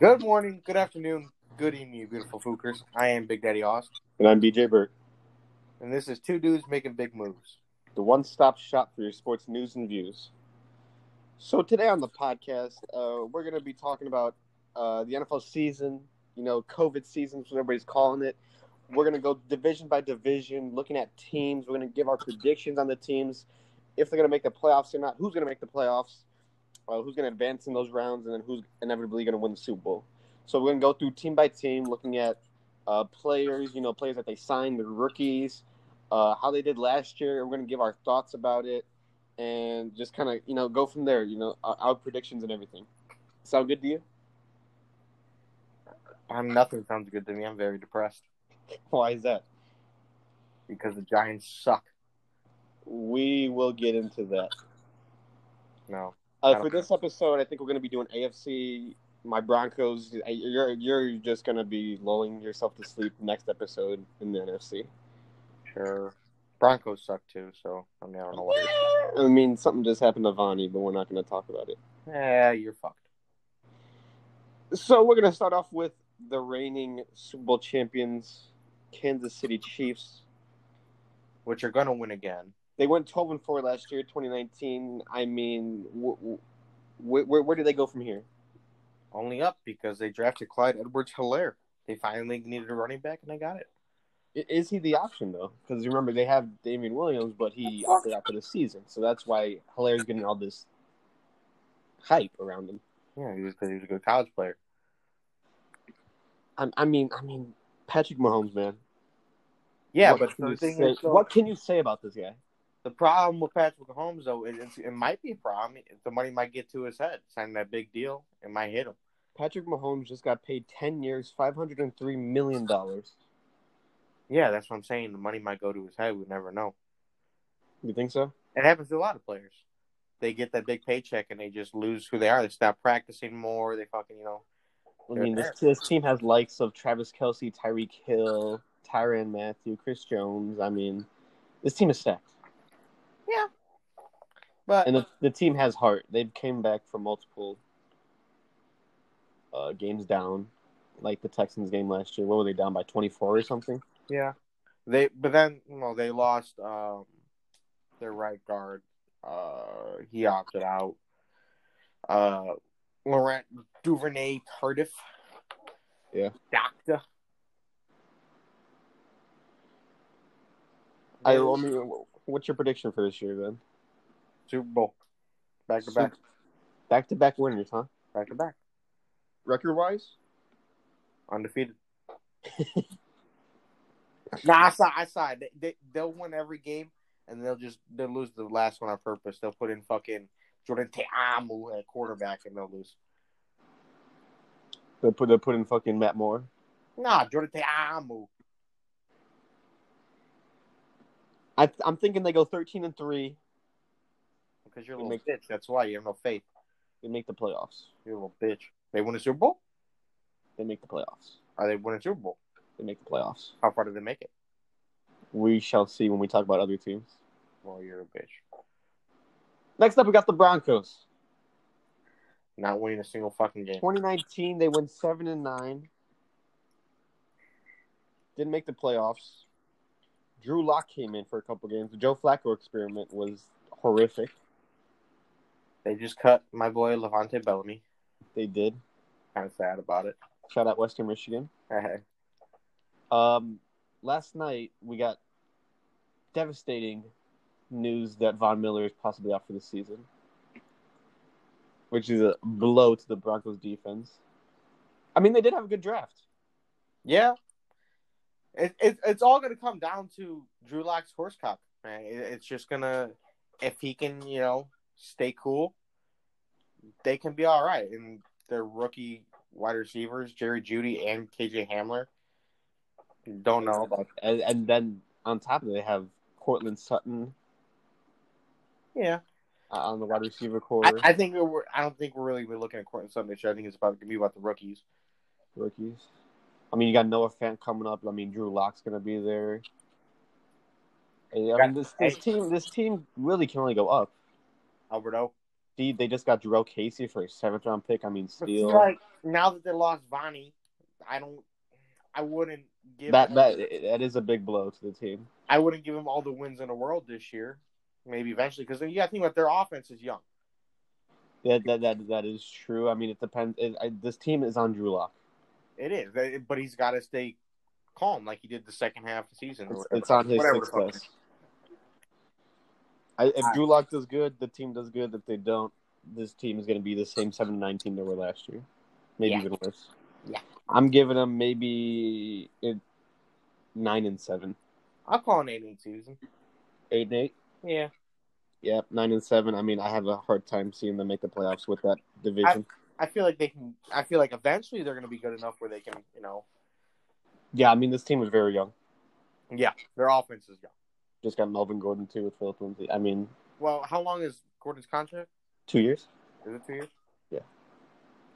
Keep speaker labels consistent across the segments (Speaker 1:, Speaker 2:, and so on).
Speaker 1: Good morning, good afternoon, good evening, you beautiful fookers. I am Big Daddy Oz,
Speaker 2: And I'm BJ Burke,
Speaker 1: and this is Two Dudes Making Big Moves.
Speaker 2: the one stop shop for your sports news and views. So, today on the podcast, uh, we're going to be talking about uh, the NFL season, you know, COVID seasons, what everybody's calling it. We're going to go division by division, looking at teams. We're going to give our predictions on the teams, if they're going to make the playoffs or not, who's going to make the playoffs, uh, who's going to advance in those rounds, and then who's inevitably going to win the Super Bowl. So, we're going to go through team by team, looking at uh, players, you know, players that they signed, the rookies, uh, how they did last year. We're going to give our thoughts about it and just kind of, you know, go from there, you know, our, our predictions and everything. Sound good to you?
Speaker 1: I'm nothing sounds good to me. I'm very depressed
Speaker 2: Why is that?
Speaker 1: because the Giants suck.
Speaker 2: We will get into that.
Speaker 1: No,
Speaker 2: Uh, for this episode, I think we're going to be doing AFC. My Broncos, I- you're you're just gonna be lulling yourself to sleep next episode in the NFC.
Speaker 1: sure. Broncos suck too, so I mean, I don't know what.
Speaker 2: I mean, something just happened to Vonnie, but we're not gonna talk about it.
Speaker 1: Yeah, you're fucked.
Speaker 2: So we're going to start off with the reigning Super Bowl champions, Kansas City Chiefs.
Speaker 1: Which are going to win again.
Speaker 2: They went 12 and 4 last year, 2019. I mean, wh- wh- where, where do they go from here?
Speaker 1: Only up because they drafted Clyde Edwards Hilaire. They finally needed a running back, and they got it.
Speaker 2: I- Is he the option though? Because remember they have Damian Williams, but he opted out for the season, so that's why Hilaire's getting all this hype around him.
Speaker 1: Yeah, he was, he was a good college player.
Speaker 2: I, I mean, I mean Patrick Mahomes, man.
Speaker 1: Yeah,
Speaker 2: What
Speaker 1: but
Speaker 2: can
Speaker 1: the
Speaker 2: you
Speaker 1: thing
Speaker 2: say-
Speaker 1: is, though-
Speaker 2: what can you say about this guy?
Speaker 1: The problem with Patrick Mahomes, though, is it's, it might be a problem. The money might get to his head. Sign that big deal, it might hit him.
Speaker 2: Patrick Mahomes just got paid 10 years, 503 million dollars.
Speaker 1: Yeah, that's what I'm saying. The money might go to his head. We never know.
Speaker 2: You think so?
Speaker 1: It happens to a lot of players. They get that big paycheck and they just lose who they are. They stop practicing more. They fucking, you know.
Speaker 2: I mean, this, this team has likes of Travis Kelsey, Tyreek Hill, Tyron Matthew, Chris Jones. I mean, this team is stacked.
Speaker 1: But
Speaker 2: And the, the team has heart. They've came back from multiple uh, games down, like the Texans game last year. What were they down by 24 or something?
Speaker 1: yeah, they. But then you know they lost um, their right guard. Uh, he opted out. Uh, Laurent Duvernay Tardif.
Speaker 2: Yeah.
Speaker 1: Doctor.
Speaker 2: I, I mean, what's your prediction for this year then?
Speaker 1: Super Bowl. Back to back.
Speaker 2: Back to back winners, huh?
Speaker 1: Back to back.
Speaker 2: Record wise?
Speaker 1: Undefeated. nah, I saw. I saw. it. They, they they'll win every game, and they'll just they'll lose the last one on purpose. They'll put in fucking Jordan Teamu at quarterback, and they'll lose.
Speaker 2: They put, they put in fucking Matt Moore.
Speaker 1: Nah, Jordan Teamu.
Speaker 2: I, I'm thinking they go 13 and 3.
Speaker 1: Because you're a
Speaker 2: They
Speaker 1: little
Speaker 2: make-
Speaker 1: bitch. That's why you have no faith.
Speaker 2: They make the playoffs.
Speaker 1: You're a little bitch. They win a Super Bowl.
Speaker 2: They make the playoffs.
Speaker 1: Are they winning Super Bowl?
Speaker 2: They make the playoffs.
Speaker 1: How far did they make it?
Speaker 2: We shall see when we talk about other teams.
Speaker 1: Well, you're a bitch.
Speaker 2: Next up, we got the Broncos.
Speaker 1: Not winning a single fucking game.
Speaker 2: 2019, they went seven and nine. Didn't make the playoffs. Drew Lock came in for a couple games. The Joe Flacco experiment was horrific.
Speaker 1: They just cut my boy Levante Bellamy.
Speaker 2: They did.
Speaker 1: Kind of sad about it.
Speaker 2: Shout out Western Michigan. Um, last night we got devastating news that Von Miller is possibly out for the season, which is a blow to the Broncos defense. I mean, they did have a good draft.
Speaker 1: Yeah. It, it, it's all going to come down to Drew Lock's horse cock, man. It, it's just going to, if he can, you know, stay cool, they can be all right. And their rookie wide receivers, Jerry Judy and KJ Hamler, don't know about.
Speaker 2: And, and then on top of it, they have Cortland Sutton
Speaker 1: Yeah.
Speaker 2: uh, on the wide receiver core,
Speaker 1: I, I think we're, I don't think we're really looking at Cortland Sutton this year. I think it's about to be about the rookies.
Speaker 2: rookies. I mean, you got Noah Fant coming up. I mean, Drew Lock's going to be there. And, I mean, this, this team, this team really can only go up.
Speaker 1: Alberto,
Speaker 2: Dude, they just got Jarrell Casey for a seventh round pick. I mean,
Speaker 1: But
Speaker 2: steal.
Speaker 1: like now that they lost Vonnie, I don't. I wouldn't give
Speaker 2: that that that is a big blow to the team.
Speaker 1: I wouldn't give them all the wins in the world this year. Maybe eventually, because yeah, I think about their offense is young.
Speaker 2: That that that, that is true. I mean, it depends. It, I, this team is on Drew Lock.
Speaker 1: It is, They- but he's got to stay calm like he did the second half of the season. or
Speaker 2: It's,
Speaker 1: whatever.
Speaker 2: it's on his
Speaker 1: Whatever
Speaker 2: sixth
Speaker 1: the fuck.
Speaker 2: list. I, if Drew Lock does good, the team does good. If they don't, this team is going to be the same seven nine team they were last year, maybe
Speaker 1: Yeah.
Speaker 2: even worse.
Speaker 1: Yeah.
Speaker 2: I'm giving them maybe it, nine and seven,
Speaker 1: I'll call an eight and season.
Speaker 2: eight and eight.
Speaker 1: Yeah,
Speaker 2: Yep, nine and seven. I mean, I have a hard time seeing them make the playoffs with that division.
Speaker 1: I feel like they can. I feel like eventually they're going to be good enough where they can, you know,
Speaker 2: yeah, I mean, this team is very young.
Speaker 1: yeah, their offense is young.
Speaker 2: Just got Melvin Gordon too with Philip Lindsay. I mean,
Speaker 1: Well, how long is Gordon's contract?
Speaker 2: two years.
Speaker 1: Is it two years?
Speaker 2: Yeah.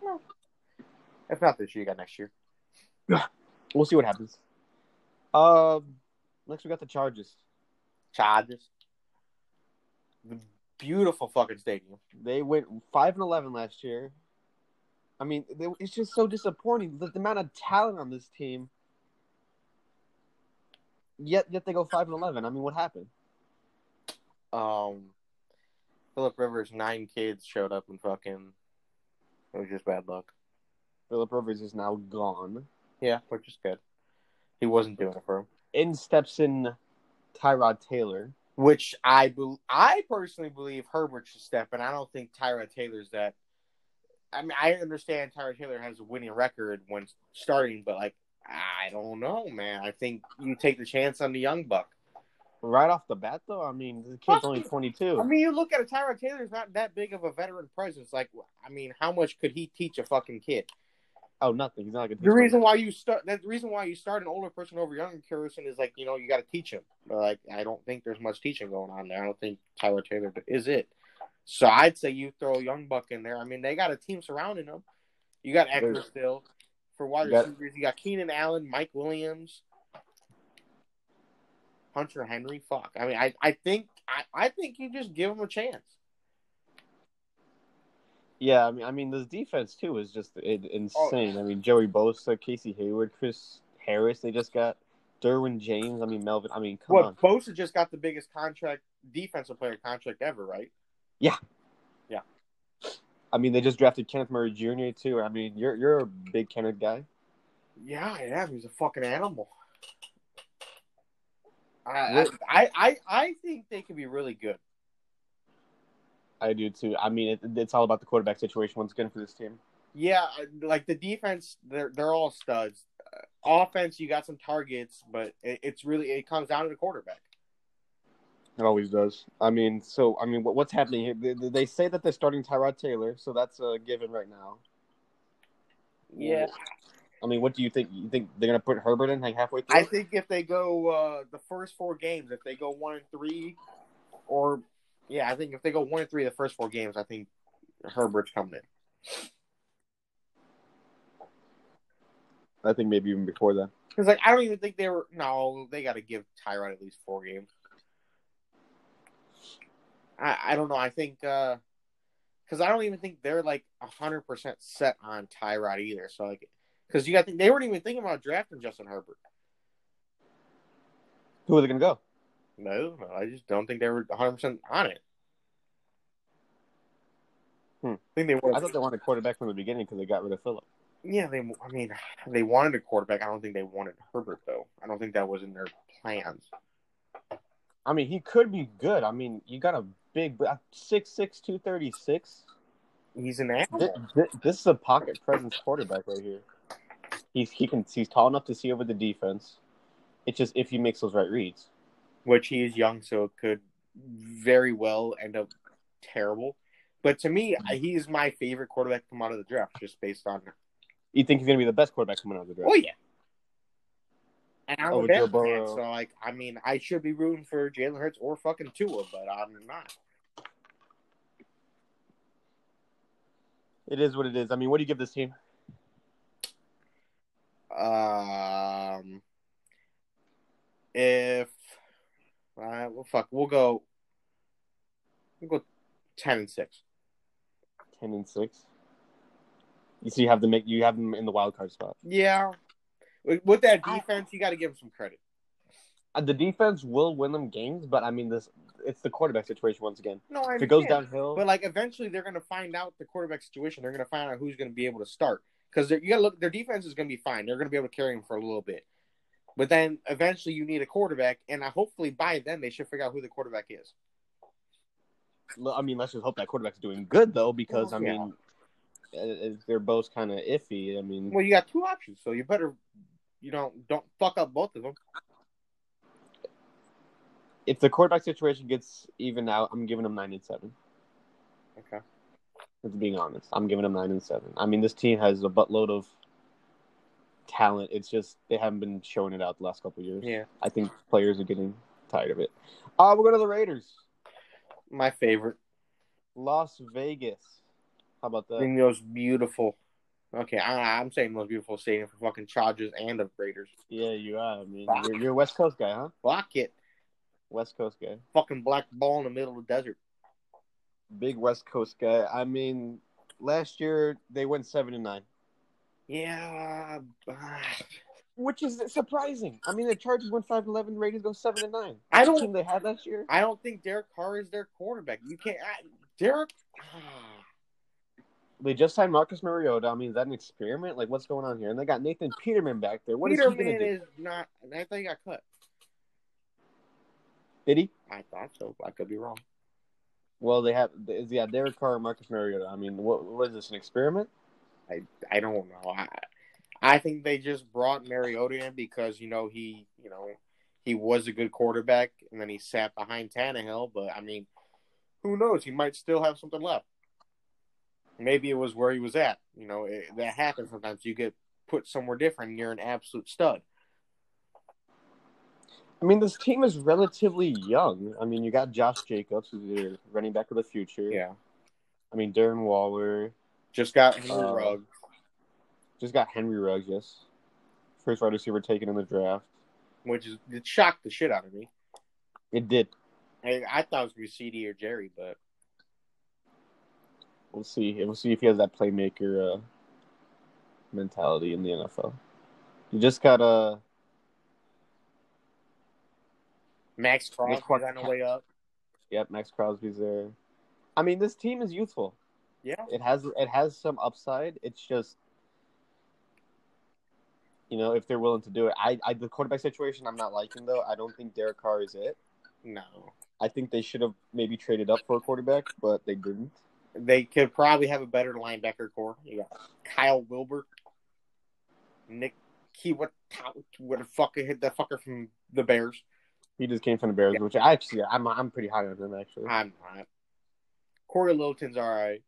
Speaker 1: No. If not this year, you got next year.
Speaker 2: We'll see what happens. Um, next we got the Chargers.
Speaker 1: Chargers. The beautiful fucking stadium.
Speaker 2: They went five and eleven last year. I mean, they, it's just so disappointing the, the amount of talent on this team. Yet, yet they go five and eleven. I mean, what happened?
Speaker 1: Um, Philip Rivers' nine kids showed up and fucking. It was just bad luck.
Speaker 2: Philip Rivers is now gone.
Speaker 1: Yeah, which is good. He wasn't doing it for him.
Speaker 2: In steps in Tyrod Taylor.
Speaker 1: Which I bel I personally believe Herbert should step in. I don't think Tyra Taylor's that. I mean, I understand Tyra Taylor has a winning record when starting, but like, I don't know, man. I think you take the chance on the young buck.
Speaker 2: Right off the bat, though, I mean, the kid's only 22.
Speaker 1: I mean, you look at it, Tyra Taylor's not that big of a veteran presence. Like, I mean, how much could he teach a fucking kid?
Speaker 2: oh, nothing. He's not like a
Speaker 1: The reason why you start that the reason why you start an older person over a younger person is like you know you got to teach him. Like I don't think there's much teaching going on there. I don't think Tyler Taylor is it. So I'd say you throw a young buck in there. I mean they got a team surrounding them. You got Eckler
Speaker 2: There's-
Speaker 1: still for wide
Speaker 2: You got-
Speaker 1: receivers. You got Keenan Allen, Mike Williams, Hunter Henry. Fuck. I mean I I think I, I think you just give him a chance.
Speaker 2: Yeah, I mean, I mean, this defense, too, is just i insane.
Speaker 1: Oh.
Speaker 2: I mean, Joey Bosa, Casey Hayward, Chris Harris, they just got Derwin James. I mean, Melvin. I mean, come
Speaker 1: Well,
Speaker 2: on.
Speaker 1: Bosa just got the biggest contract defensive player contract ever, right?
Speaker 2: I mean, they just drafted Kenneth Murray Jr., too. I mean, you're, you're a big Kenneth guy.
Speaker 1: Yeah, yeah, he's a fucking animal. I, I, I, I think they could be really good.
Speaker 2: I do, too. I mean, it, it's all about the quarterback situation once again for this team.
Speaker 1: Yeah, like the defense, they're they're all studs. Uh, offense, you got some targets, but it, it's really it comes down to the quarterback.
Speaker 2: It always does. I mean, so, I mean, what, what's happening here? They, they say that they're starting Tyrod Taylor, so that's a given right now. Yeah. I mean, what do you think? You think they're gonna put Herbert in like halfway through?
Speaker 1: I think if they go uh, the first four games, if they go one and three, or yeah, I think if they go one and three the first four games, I think Herbert's coming in.
Speaker 2: I think maybe even before that.
Speaker 1: Because like I don't even think they were. No, they got to give Tyrod at least four games. I I don't know. I think because I don't even think they're like hundred percent set on Tyrod either. So like because you got think they weren't even thinking about drafting Justin Herbert.
Speaker 2: Who are they gonna go?
Speaker 1: No, no, I just don't think they were hundred percent on it.
Speaker 2: Hmm.
Speaker 1: I think they were.
Speaker 2: I thought they wanted a quarterback from the beginning because they got rid of Phillip.
Speaker 1: yeah, they. I mean, they wanted a quarterback. I don't think they wanted Herbert though. I don't think that was in their plans.
Speaker 2: I mean, he could be good. I mean, you got a big uh, six six two thirty six.
Speaker 1: He's an animal.
Speaker 2: This, this is a pocket presence quarterback right here. He's he can he's tall enough to see over the defense. It's just if he makes those right reads.
Speaker 1: which he is young, so it could very well end up terrible. But to me, he is my favorite quarterback to come out of the draft, just based on.
Speaker 2: You think he's gonna be the best quarterback coming out of the draft?
Speaker 1: Oh yeah, and I'm
Speaker 2: Oh,
Speaker 1: a
Speaker 2: with Joe
Speaker 1: Bama fan,
Speaker 2: Burrow.
Speaker 1: so like, I mean, I should be rooting for Jalen Hurts or fucking Tua, but I'm not.
Speaker 2: It is what it is. I mean, what do you give this team?
Speaker 1: Um, if all right, well, fuck, we'll go. We'll go ten and six.
Speaker 2: ten and six. You so you have to make you have them in the wild card spot.
Speaker 1: Yeah. With with that defense, you got to give him some credit.
Speaker 2: Uh, The defense will win them games, but I mean this it's the quarterback situation once again.
Speaker 1: No, I
Speaker 2: If it goes
Speaker 1: understand.
Speaker 2: downhill,
Speaker 1: But like eventually, they're going to find out the quarterback situation. They're going to find out who's going to be able to start because you got to look. Their defense is going to be fine. They're going to be able to carry him for a little bit. But then eventually, you need a quarterback, and I, hopefully by then they should figure out who the quarterback is.
Speaker 2: l- I mean, let's just hope that quarterback's doing good though, because I
Speaker 1: Yeah.
Speaker 2: mean, uh, uh, they're both kind of iffy. I mean,
Speaker 1: Well, you got two options, so you better you don't don't fuck up both of them.
Speaker 2: if the quarterback situation gets even out, I'm giving them nine and seven.
Speaker 1: Okay.
Speaker 2: If being honest, I'm giving them nine and seven. I mean, this team has a buttload of talent. It's just they haven't been showing it out the last couple of years.
Speaker 1: Yeah,
Speaker 2: I think players are getting tired of it. Uh, we're going to the Raiders,
Speaker 1: my favorite.
Speaker 2: Las Vegas. How about that?
Speaker 1: In those beautiful. Okay, I, I'm saying most beautiful stadium for fucking Chargers and the Raiders.
Speaker 2: Yeah, you are. I mean, you're, you're a West Coast guy, huh?
Speaker 1: Fuck it,
Speaker 2: West Coast guy.
Speaker 1: fucking black ball in the middle of the desert.
Speaker 2: big West Coast guy. I mean, last year they went seven and nine,
Speaker 1: Yeah. ah.
Speaker 2: which is surprising. I mean, the Chargers went five and eleven, Raiders go seven and nine.
Speaker 1: I
Speaker 2: That's the
Speaker 1: don't-
Speaker 2: team they had last year.
Speaker 1: I don't think Derek Carr is their quarterback. You can't. I, Derek. ah.
Speaker 2: They just signed Marcus Mariota. I mean, is that an experiment? Like, what's going on here? And they got Nathan Peterman back there. What is
Speaker 1: Peterman
Speaker 2: he gonna do?
Speaker 1: is not. I thought he got cut.
Speaker 2: Did he?
Speaker 1: I thought so. but I could be wrong.
Speaker 2: Well, they have. Is yeah, Derek Carr, and Marcus Mariota. I mean, what what is this an experiment?
Speaker 1: I don't know. I, I think they just brought Mariota in because you know he, you know, he was a good quarterback, and then he sat behind Tannehill. But I mean, who knows? He might still have something left. Maybe it was where he was at. You know, it, that happens sometimes. You get put somewhere different, and you're an absolute stud.
Speaker 2: I mean, this team is relatively young. I mean, you got Josh Jacobs, who's your running back of the future.
Speaker 1: Yeah.
Speaker 2: I mean, Darren Waller.
Speaker 1: Just got Henry
Speaker 2: Uh,
Speaker 1: Ruggs.
Speaker 2: Just got Henry Ruggs, yes. First wide receiver taken in the draft.
Speaker 1: which is it shocked the shit out of me.
Speaker 2: It did.
Speaker 1: I, I thought it was gonna be CD or Jerry, but
Speaker 2: We'll see. We'll see if he has that playmaker uh, mentality in the NFL. You just got uh,
Speaker 1: Max Crosby
Speaker 2: Max Crosby.
Speaker 1: on the way up.
Speaker 2: yep, Max Crosby's there. I mean, this team is youthful.
Speaker 1: Yeah,
Speaker 2: It has it has some upside. It's just you know if they're willing to do it. I, I the quarterback situation I'm not liking though. I don't think Derek Carr is it.
Speaker 1: no,
Speaker 2: I think they should have maybe traded up for a quarterback, but they didn't.
Speaker 1: they could probably have a better linebacker core. You got Kyle Wilbur, Nick Key, what what the fucker hit that fucker from the Bears?
Speaker 2: He just came from the Bears, which I actually I'm I'm pretty high on him actually.
Speaker 1: I'm not. Corey Littleton's all right.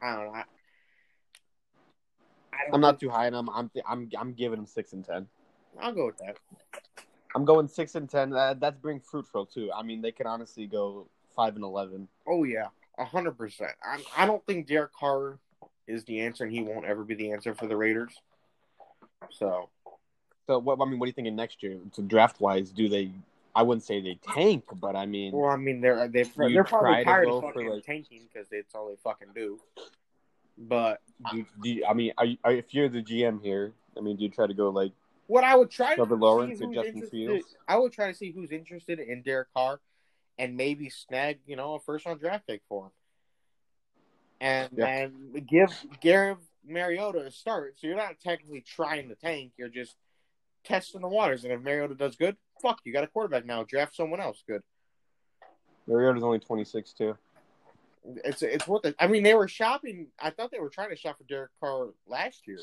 Speaker 1: I don't know. I, I don't
Speaker 2: I'm not too high on him. I'm I'm I'm giving him six and ten.
Speaker 1: I'll go with that.
Speaker 2: I'm going six and ten. That, that's bring fruitful too. I mean, they could honestly go five and eleven.
Speaker 1: Oh yeah, a hundred percent. I I don't think Derek Carr is the answer, and he won't ever be the answer for the Raiders. So
Speaker 2: So what? I mean, what are you thinking next year? So draft wise, do they? I wouldn't say they tank, but I mean,
Speaker 1: Well, I mean, they're they
Speaker 2: You
Speaker 1: they're probably
Speaker 2: try to
Speaker 1: tired
Speaker 2: go
Speaker 1: of
Speaker 2: for,
Speaker 1: fucking
Speaker 2: like-
Speaker 1: tanking because it's all they fucking do. But
Speaker 2: do, do you- I mean, are you, are, if you're the GM here, I mean, do you try to go like?
Speaker 1: what I would try to
Speaker 2: Trevor
Speaker 1: see
Speaker 2: Lawrence or
Speaker 1: who's
Speaker 2: Justin
Speaker 1: interested-
Speaker 2: Fields?
Speaker 1: I would try to see who's interested in Derek Carr, and maybe snag you know a first round draft pick for him, and
Speaker 2: Yeah.
Speaker 1: and give give Mariota a start. So you're not technically trying to tank; you're just testing the waters. And if Mariota does good, fuck, you got a quarterback now. Draft someone else good.
Speaker 2: Mariota's only 26 too.
Speaker 1: It's it's worth it. I mean, they were shopping. I thought they were trying to shop for Derek Carr last year.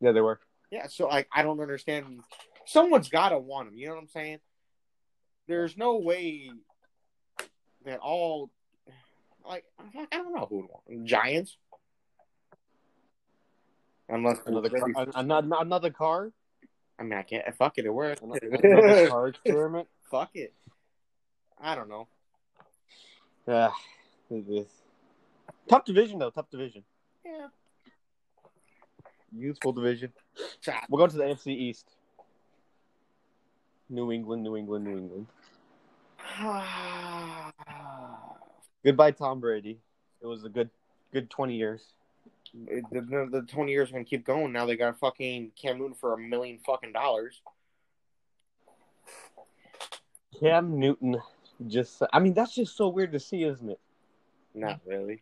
Speaker 2: Yeah, they were.
Speaker 1: Yeah, so like I don't understand. Someone's got to want him. You know what I'm saying? There's no way that all like I don't know who would want him. Giants, unless
Speaker 2: Another car, an- an- another car,
Speaker 1: I mean, I can't. Fuck it, it works.
Speaker 2: An- another car experiment.
Speaker 1: fuck it. I don't know.
Speaker 2: Yeah, Ah, it is. Tough division though. Tough division.
Speaker 1: Yeah,
Speaker 2: Youthful division.
Speaker 1: try-
Speaker 2: We'll go to the AFC East. New England, New England, New England. Goodbye, Tom Brady. It was a good, good twenty years.
Speaker 1: It, the, the, the twenty years are gonna keep going. Now they got fucking Cam Newton for a million fucking dollars.
Speaker 2: Cam Newton, just I mean that's just so weird to see, isn't it? Mm.
Speaker 1: Not really.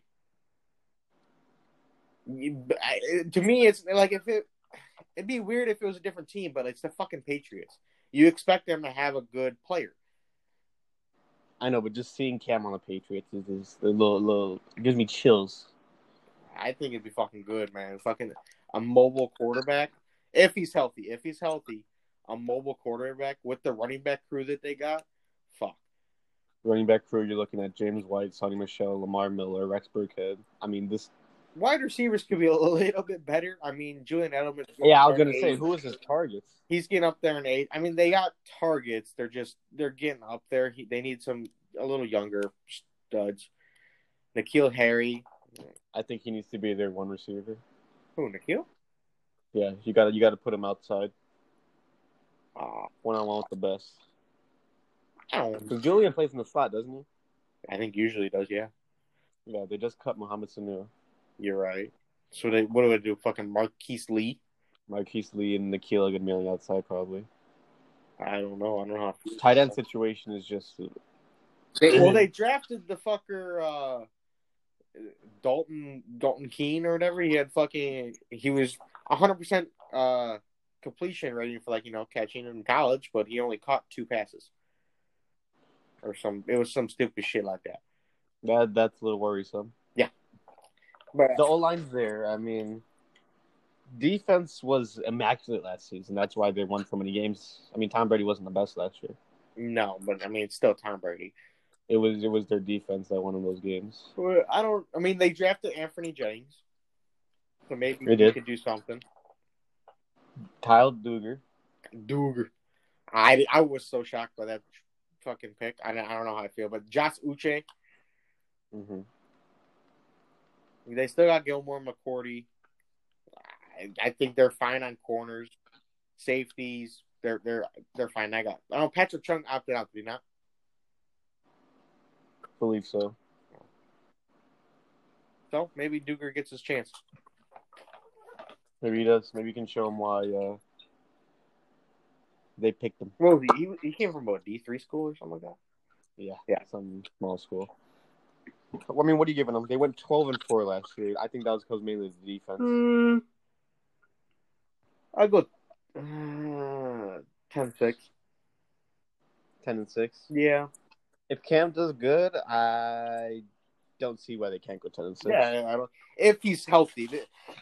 Speaker 1: You- but I- to me, it's like if it, it'd be weird if it was a different team, but it's the fucking Patriots. You expect them to have a good player.
Speaker 2: I know, but just seeing Cam on the Patriots is, is a little, little it gives me chills.
Speaker 1: I think it'd be fucking good, man. Fucking a mobile quarterback, if he's healthy. If he's healthy, a mobile quarterback with the running back crew that they got. Fuck.
Speaker 2: Running back crew, you're looking at James White, Sonny Michelle, Lamar Miller, Rex Burkhead. I mean, this.
Speaker 1: Wide receivers could be a little bit better. I mean, Julian Edelman.
Speaker 2: Yeah, I was gonna say, who is his targets?
Speaker 1: he's getting up there in eight. I mean, they got targets. They're just they're getting up there. He, they need some a little younger studs. Nikhil Harry.
Speaker 2: I think he needs to be their one receiver.
Speaker 1: Who Nikhil?
Speaker 2: Yeah, you got to you got to put him outside,
Speaker 1: Oh,
Speaker 2: one on one with the best.
Speaker 1: I don't.
Speaker 2: Because Julian plays in the slot, doesn't he?
Speaker 1: I think usually does. Yeah,
Speaker 2: Yeah, they just cut Mohamed Sanu,
Speaker 1: you're right. So they what do they do? Fucking Marquise Lee.
Speaker 2: Marquise Lee, and Nikhil are gonna be on the outside probably.
Speaker 1: I don't know. I don't know. How to-
Speaker 2: Tight end situation is just
Speaker 1: They, well, they drafted the fucker uh, Dalton Dalton Keene or whatever. He had fucking he was hundred percent uh completion rating for like you know catching in college, but he only caught two passes or some. It was some stupid shit like that.
Speaker 2: that that's a little worrisome.
Speaker 1: But
Speaker 2: The O line's there. I mean, defense was immaculate last season. That's why they won so many games. I mean, Tom Brady wasn't the best last year.
Speaker 1: no, but I mean it's still Tom Brady.
Speaker 2: It was it was their defense that won in those games.
Speaker 1: Well, I don't. I mean they drafted Anthony Jennings, so maybe
Speaker 2: They
Speaker 1: he
Speaker 2: did.
Speaker 1: could do something.
Speaker 2: Kyle Duger.
Speaker 1: Dude, I I was so shocked by that fucking pick. I don't, I don't know how I feel, but Josh Uche.
Speaker 2: Mm-hmm.
Speaker 1: They still got Gilmore McCourty. I, I think they're fine on corners, safeties. They're they're they're fine. I got. Oh, Patrick Chung opted out. Did he not?
Speaker 2: Believe so.
Speaker 1: So maybe Duger gets his chance.
Speaker 2: Maybe he does. Maybe you can show him why uh, they picked him.
Speaker 1: Well, he he- he came from a D three school or something like that.
Speaker 2: Yeah,
Speaker 1: Yeah.
Speaker 2: some small school. Well, I mean, what are you giving them? They went twelve and four last year. I think that was because mainly the defense.
Speaker 1: Hmm. I go uh, 10-6.
Speaker 2: Ten and six.
Speaker 1: Yeah,
Speaker 2: If Cam does good, I don't see why they can't go ten and six.
Speaker 1: yeah. I don't, if he's healthy,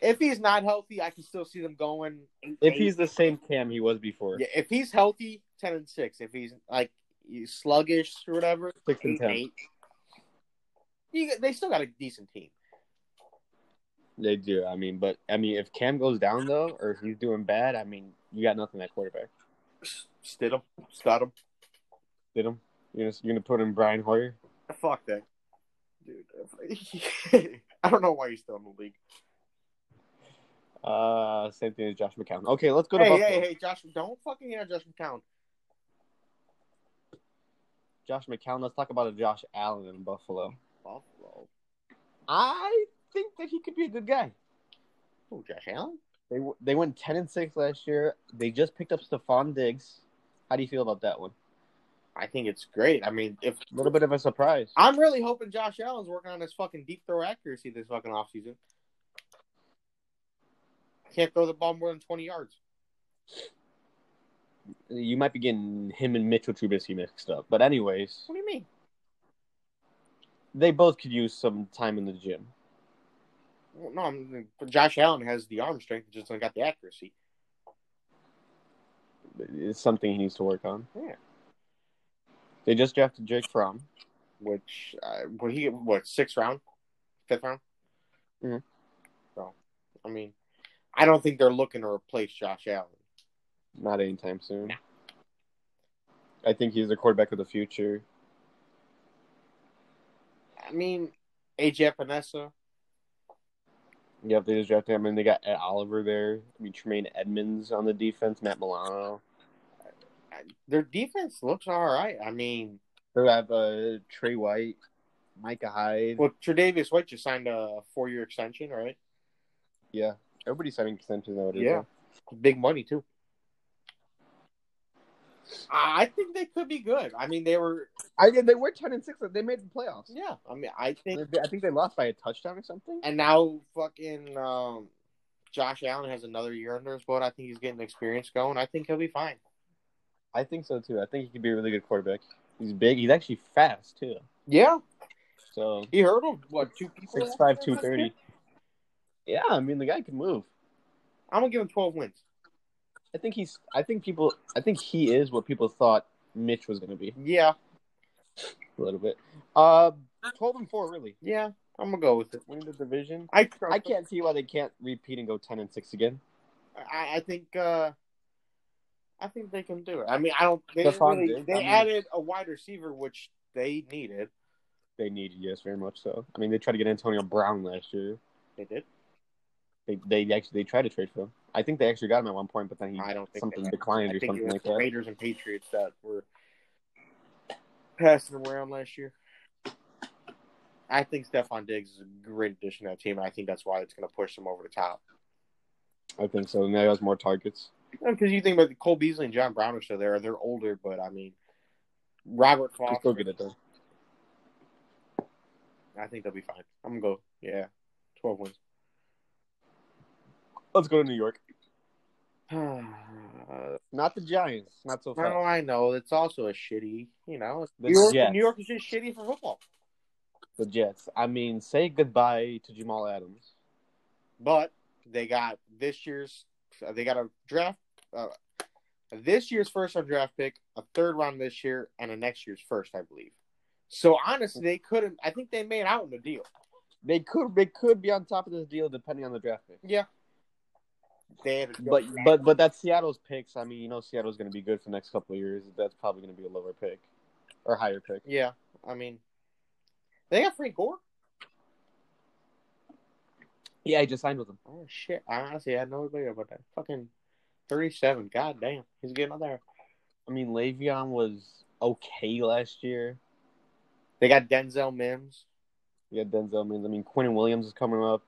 Speaker 1: if he's not healthy, I can still see them going. eight-
Speaker 2: If
Speaker 1: eight.
Speaker 2: he's the same Cam he was before,
Speaker 1: Yeah, if he's healthy, ten and six. If he's like he's sluggish or whatever,
Speaker 2: six and
Speaker 1: eight,
Speaker 2: ten,
Speaker 1: and eight. You, they still got a decent team.
Speaker 2: they do. I mean, but I mean, if Cam goes down though, or if he's doing bad, I mean, you got nothing at quarterback.
Speaker 1: Stidham, Stidham.
Speaker 2: Did him? You're gonna, you're gonna put in Brian Hoyer?
Speaker 1: Fuck that, dude. I don't know why he's still in the league.
Speaker 2: Uh, same thing as Josh McCown. Okay, let's go to
Speaker 1: Hey,
Speaker 2: Buffalo.
Speaker 1: hey, hey, Josh! Don't fucking hear Josh McCown.
Speaker 2: Josh McCown. Let's talk about a Josh Allen in Buffalo.
Speaker 1: Buffalo.
Speaker 2: I think that he could be a good guy.
Speaker 1: Who, Josh Allen?
Speaker 2: They w- they went ten and six last year. They just picked up Stephon Diggs. How do you feel about that one?
Speaker 1: I think it's great. I mean, if
Speaker 2: A little bit of a surprise.
Speaker 1: I'm really hoping Josh Allen's working on his fucking deep throw accuracy this fucking offseason. Can't throw the ball more than twenty yards.
Speaker 2: You might be getting him and Mitchell Trubisky mixed up, but anyways,
Speaker 1: What do you mean?
Speaker 2: they both could use some time in the gym.
Speaker 1: Well, no, I'm, Josh Allen has the arm strength, just not got the accuracy.
Speaker 2: It's something he needs to work on.
Speaker 1: Yeah.
Speaker 2: They just drafted Jake Fromm.
Speaker 1: Which, uh, what he what sixth round, fifth round?
Speaker 2: Mhm.
Speaker 1: So, I mean, I don't think they're looking to replace Josh Allen.
Speaker 2: Not anytime soon.
Speaker 1: No.
Speaker 2: I think he's the quarterback of the future.
Speaker 1: I mean, AJ Epinesa,
Speaker 2: Yep, they just drafted him, and they got Ed Oliver there. I mean, Tremaine Edmonds on the defense, Matt Milano.
Speaker 1: their defense looks all right. I mean,
Speaker 2: They have uh, Trey White. Micah Hyde.
Speaker 1: Well, Tre'Davious White just signed a four-year extension, right?
Speaker 2: Yeah, everybody's signing extensions nowadays.
Speaker 1: Yeah.
Speaker 2: though.
Speaker 1: Big money too. I think they could be good. I mean, they were.
Speaker 2: I did. They were ten and six. but They made the playoffs.
Speaker 1: Yeah, I mean, I think.
Speaker 2: They- I think they lost by a touchdown or something.
Speaker 1: And now, fucking um, Josh Allen has another year under his belt. I think he's getting experience going. I think he'll be fine.
Speaker 2: I think so too. I think he could be a really good quarterback. He's big. He's actually fast too.
Speaker 1: Yeah,
Speaker 2: So
Speaker 1: he hurdled what two people?
Speaker 2: six five two thirty. Yeah, I mean the guy can move.
Speaker 1: I'm gonna give him 12 wins.
Speaker 2: I think he's. I think people. I think he is what people thought Mitch was going to be
Speaker 1: Yeah,
Speaker 2: a little bit. Uh, twelve and four really
Speaker 1: yeah, I'm gonna go with it.
Speaker 2: winning the division.
Speaker 1: I
Speaker 2: I can't see why they can't repeat and go ten and six again.
Speaker 1: I, I think uh, I think they can do it. I mean, I don't. They, didn't
Speaker 2: Stephon
Speaker 1: really,
Speaker 2: Diggs,
Speaker 1: they
Speaker 2: I mean-
Speaker 1: added a wide receiver, which they needed.
Speaker 2: They need yes, very much so. I mean, they tried to get Antonio Brown last year.
Speaker 1: They did.
Speaker 2: They they actually they tried to trade for him. I think they actually got him at one point, but then he
Speaker 1: I don't think
Speaker 2: something
Speaker 1: they-
Speaker 2: declined
Speaker 1: I
Speaker 2: or
Speaker 1: think it
Speaker 2: something
Speaker 1: was
Speaker 2: like
Speaker 1: the
Speaker 2: that.
Speaker 1: Raiders and Patriots that were passing them around last year. I think Stephon Diggs is a great addition to that team, and I think that's why it's going to push them over the top.
Speaker 2: I think so. Now he has more targets.
Speaker 1: Because you think about the Cole Beasley and John Brown are still there. They're older, but I mean, Robert
Speaker 2: Let's
Speaker 1: Foster.
Speaker 2: go get it done.
Speaker 1: I think they'll be fine. I'm gonna go. Yeah, twelve wins.
Speaker 2: Let's go to New York.
Speaker 1: Uh,
Speaker 2: Not the Giants. Not so far.
Speaker 1: no, I know it's also a shitty. You know,
Speaker 2: The
Speaker 1: New York,
Speaker 2: Jets.
Speaker 1: New York is just shitty for football.
Speaker 2: The Jets. I mean, say goodbye to Jamal Adams.
Speaker 1: But they got this year's. They got a draft. Uh, this year's first round draft pick, a third round this year, and a next year's first, I believe. So honestly, they couldn't. I think they made out in the deal.
Speaker 2: They could they could be on top of this deal depending on the draft pick.
Speaker 1: Yeah. They had a
Speaker 2: But but but that's Seattle's picks. I mean, you know Seattle's going to be good for the next couple of years. That's probably going to be a lower pick or higher pick.
Speaker 1: yeah, I mean, they got Frank Gore.
Speaker 2: Yeah, I just signed with them.
Speaker 1: Oh shit! I honestly had no idea about that. Fucking thirty-seven. God damn, he's getting up there.
Speaker 2: I mean, Le'Veon was okay last year.
Speaker 1: They got Denzel Mims.
Speaker 2: We had Denzel Mims. I mean, Quinn Williams is coming up.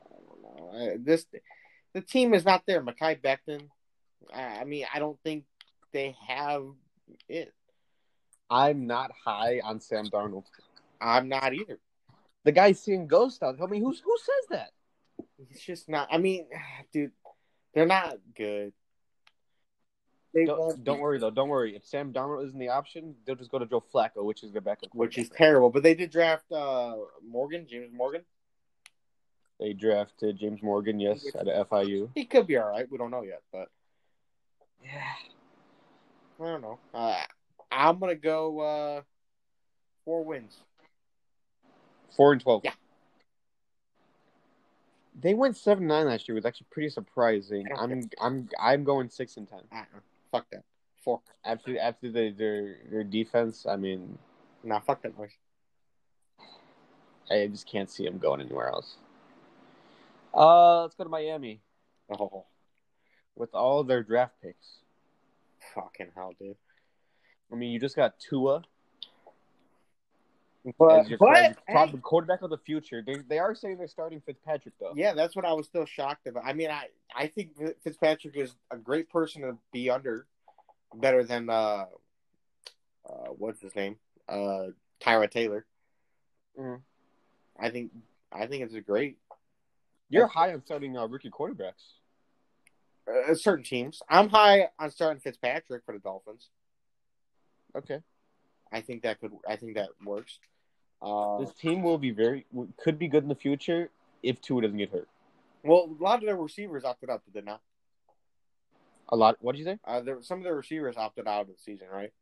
Speaker 1: I don't know. I- This the team is not there. Mackay Becton. I, I mean, I don't think they have it.
Speaker 2: I'm not high on Sam Darnold.
Speaker 1: I'm not either.
Speaker 2: The guy's seeing ghost out. I mean, who's who says that?
Speaker 1: It's just not. I mean, dude, they're not good. They
Speaker 2: Don't,
Speaker 1: won't
Speaker 2: don't
Speaker 1: be-
Speaker 2: worry though. Don't worry. If Sam Darnold isn't the option, they'll just go to Joe Flacco, which is their backup.
Speaker 1: which is
Speaker 2: quarterback.
Speaker 1: terrible. But they did draft uh, Morgan, James Morgan.
Speaker 2: They drafted James Morgan, yes, at FIU.
Speaker 1: He could be all right. We don't know yet, but
Speaker 2: Yeah.
Speaker 1: I don't know. Uh, I'm gonna go uh, four wins.
Speaker 2: Four and twelve.
Speaker 1: Yeah.
Speaker 2: They went seven and nine last year. It was actually pretty surprising.
Speaker 1: I don't
Speaker 2: I'm I'm I'm going six and ten.
Speaker 1: Uh-uh. Fuck that. Four.
Speaker 2: After after the, their their defense, I mean,
Speaker 1: Nah, fuck that noise.
Speaker 2: I just can't see them going anywhere else. Uh, let's go to Miami
Speaker 1: Oh,
Speaker 2: with all their draft picks.
Speaker 1: fucking hell, dude.
Speaker 2: I mean, you just got Tua
Speaker 1: But,
Speaker 2: as your
Speaker 1: but-
Speaker 2: as
Speaker 1: hey,
Speaker 2: prob- quarterback of the future. They they are saying they're starting Fitzpatrick though.
Speaker 1: yeah, that's what I was still shocked about. I mean, I I think Fitzpatrick is a great person to be under, better than uh, uh what's his name, uh, Tyra Taylor.
Speaker 2: Mhm.
Speaker 1: I think I think it's a great
Speaker 2: You're high on starting uh, rookie quarterbacks.
Speaker 1: uh, certain teams. I'm high on starting Fitzpatrick for the Dolphins.
Speaker 2: Okay.
Speaker 1: I think that could I think that works. Uh,
Speaker 2: This team will be very could be good in the future if Tua doesn't get hurt.
Speaker 1: well, a lot of their receivers opted out, did they not?
Speaker 2: A lot. What did you say?
Speaker 1: Uh, there, some of their receivers opted out of the season, right?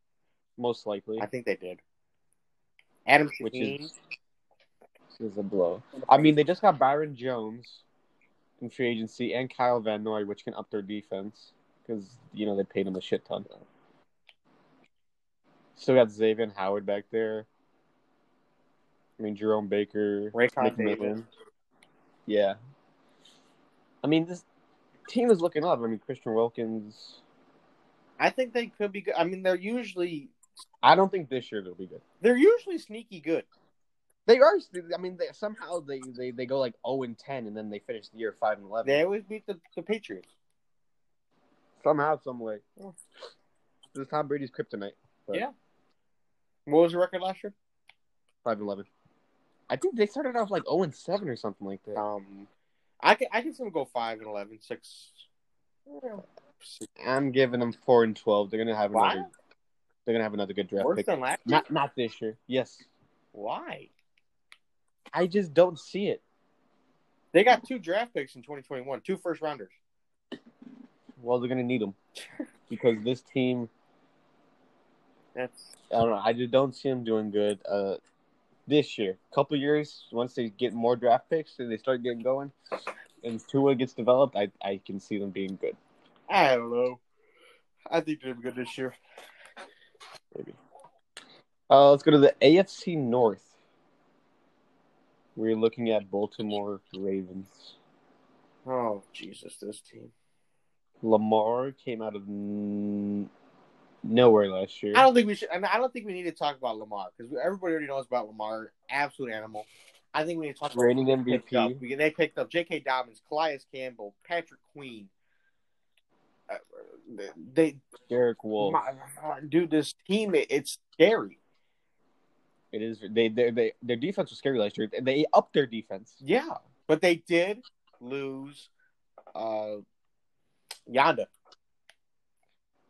Speaker 2: Most likely,
Speaker 1: I think they did. Adam
Speaker 2: which
Speaker 1: Shaheen.
Speaker 2: is this is a blow. I mean, they just got Byron Jones in free agency and Kyle Van Noy, which can up their defense because you know they paid him a shit ton. Still got Xavier Howard back there. I mean, Jerome Baker,
Speaker 1: Raycon
Speaker 2: Nick
Speaker 1: Davis.
Speaker 2: Mullins. Yeah. I mean, this team is looking up. I mean, Christian Wilkins.
Speaker 1: I think they could be good. I mean, they're usually
Speaker 2: I don't think this year they'll be good.
Speaker 1: they're usually sneaky good.
Speaker 2: They are. I mean, they, somehow they, they, they go like zero and ten, and then they finish the year five and eleven.
Speaker 1: They always beat the, the Patriots.
Speaker 2: Somehow, some way. This is Tom Brady's kryptonite. but
Speaker 1: Yeah. What was the record last year?
Speaker 2: Five and eleven. I think they started off like zero and seven or something like that.
Speaker 1: Um, I can I can see them go five and 11, six.
Speaker 2: I'm giving them four and twelve. They're gonna have
Speaker 1: Wow.
Speaker 2: another. They're gonna have another good draft
Speaker 1: Worse
Speaker 2: pick.
Speaker 1: than last year.
Speaker 2: Not not this year. Yes.
Speaker 1: Why?
Speaker 2: I just don't see it.
Speaker 1: They got two draft picks in 2021, two first rounders.
Speaker 2: Well, they're gonna need them because this team.
Speaker 1: That's
Speaker 2: I don't know. I just don't see them doing good. Uh, this year, couple years, once they get more draft picks and they start getting going, and Tua gets developed, I I can see them being good.
Speaker 1: I don't know. I think they're good this year.
Speaker 2: Uh, let's go to the AFC North. We're looking at Baltimore Ravens.
Speaker 1: Oh Jesus, this team.
Speaker 2: Lamar came out of n- nowhere last year.
Speaker 1: I don't think we should. I, mean, I don't think we need to talk about Lamar because everybody already knows about Lamar. Absolute animal. I think we need to talk about
Speaker 2: Reigning
Speaker 1: picked up.
Speaker 2: MVP.
Speaker 1: We, they picked up J.K. Dobbins, Calais Campbell, Patrick Queen. Uh, they,
Speaker 2: Derek Wolf.
Speaker 1: my, uh, dude, this team it, it's scary.
Speaker 2: It is they, they they their defense was scary last year. They upped their defense.
Speaker 1: Yeah, but they did lose uh Yonda.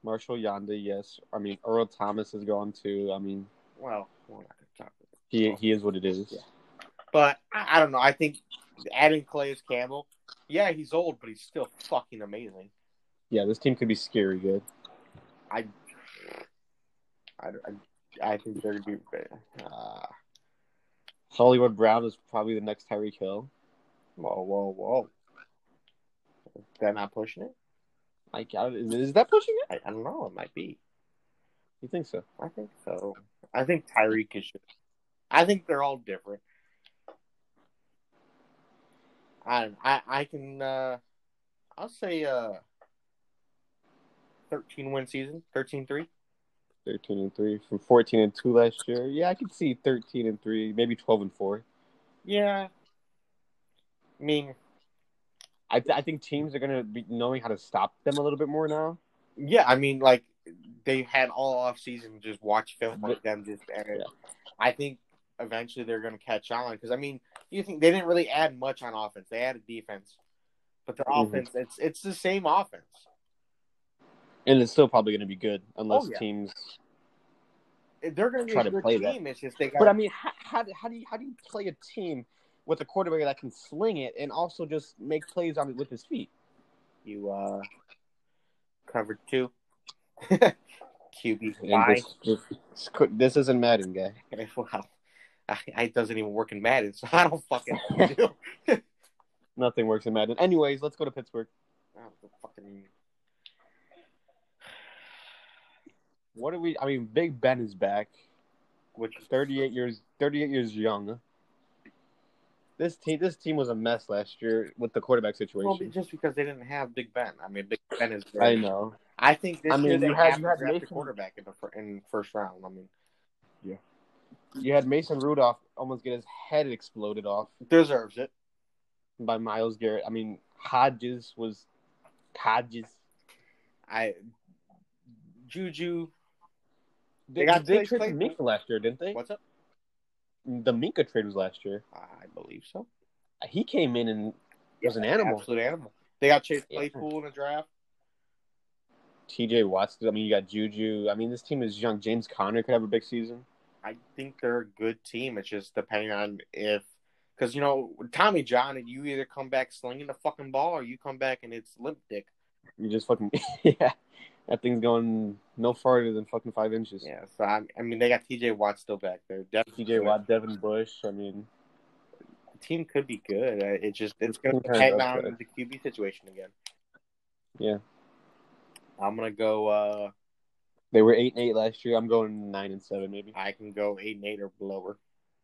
Speaker 2: Marshall Yanda, yes. I mean Earl Thomas is gone too. I mean
Speaker 1: Well, we're not going to talk about that.
Speaker 2: he he is what it is.
Speaker 1: Yeah. But I, I don't know. I think adding Calais Campbell, yeah, he's old, but he's still fucking amazing.
Speaker 2: Yeah, this team could be scary good.
Speaker 1: I, I, I, I think they're going to be. Uh,
Speaker 2: Hollywood Brown is probably the next Tyreek Hill.
Speaker 1: Whoa, whoa, whoa. They're not pushing it?
Speaker 2: I got it. Is, is that pushing it?
Speaker 1: I, I don't know. It might be.
Speaker 2: You think so?
Speaker 1: I think so. I think Tyreek is just. I think they're all different. I don't- I I can uh I'll say uh 13 win season, 13-3.
Speaker 2: Thirteen and three from fourteen and two last year. Yeah, I could see thirteen and three, maybe twelve and four.
Speaker 1: Yeah. I mean,
Speaker 2: I, th- I think teams are gonna be knowing how to stop them a little bit more now.
Speaker 1: yeah, I mean like they had all off season to just watch film like them just and it-
Speaker 2: Yeah.
Speaker 1: I think eventually they're going to catch on because I mean, you think they didn't really add much on offense. They added defense, but their
Speaker 2: Mhm.
Speaker 1: offense it's it's the same offense.
Speaker 2: And it's still probably gonna be good unless
Speaker 1: yeah.
Speaker 2: teams.
Speaker 1: They're going to be
Speaker 2: Try
Speaker 1: a
Speaker 2: to
Speaker 1: good
Speaker 2: play that.
Speaker 1: team. It's just they got
Speaker 2: But I mean, how, how, do- how do you how do you play a team with a quarterback that can sling it and also just make plays on it with his feet?
Speaker 1: you uh covered two QB
Speaker 2: And
Speaker 1: why?
Speaker 2: This, this, this could- this isn't Madden, guy.
Speaker 1: Well, I, I it doesn't even work in Madden, so I don't fucking do.
Speaker 2: Nothing works in Madden. Anyways, let's go to Pittsburgh.
Speaker 1: Oh, the fucking
Speaker 2: What do we? I mean, Big Ben is back.
Speaker 1: which is
Speaker 2: Thirty-eight years. Thirty-eight years young. This team. This team was a mess last year with the quarterback
Speaker 1: well,
Speaker 2: situation.
Speaker 1: just because they didn't have Big Ben. I mean, Big Ben is
Speaker 2: I know.
Speaker 1: I think this
Speaker 2: I mean,
Speaker 1: year they
Speaker 2: you had-
Speaker 1: have
Speaker 2: you
Speaker 1: to
Speaker 2: had
Speaker 1: draft a
Speaker 2: Mason-
Speaker 1: quarterback in the fir- in first round. I mean,
Speaker 2: You had Mason Rudolph almost get his head exploded off
Speaker 1: deserves it.
Speaker 2: by Miles Garrett. I mean, Hodges was Hodges.
Speaker 1: I Juju,
Speaker 2: They,
Speaker 1: got
Speaker 2: they
Speaker 1: Chase
Speaker 2: traded
Speaker 1: Claypool.
Speaker 2: Minka last year, didn't they?
Speaker 1: what's up?
Speaker 2: The Minka trade was last year.
Speaker 1: I believe so.
Speaker 2: He came in and was an animal.
Speaker 1: absolute animal. They got Chase
Speaker 2: Yeah.
Speaker 1: Claypool in the draft.
Speaker 2: T.J. Watts. I mean, you got Juju. I mean, this team is young. James Conner could have a big season.
Speaker 1: I think they're a good team. It's just depending on if, because you know Tommy John, and you either come back slinging the fucking ball or you come back and it's limp dick.
Speaker 2: You just fucking yeah. That thing's going no farther than fucking five inches.
Speaker 1: Yeah. So I, I mean, they got T.J. Watt still back there. Definitely
Speaker 2: T.J. Watt, Devin Bush. I mean,
Speaker 1: The team could be good. Uh, It just it's going to
Speaker 2: Okay,
Speaker 1: depend
Speaker 2: that's
Speaker 1: on the QB situation again.
Speaker 2: Yeah.
Speaker 1: I'm gonna go. uh
Speaker 2: they were eight and eight last year. I'm going nine and seven, maybe
Speaker 1: I can go eight and eight or lower.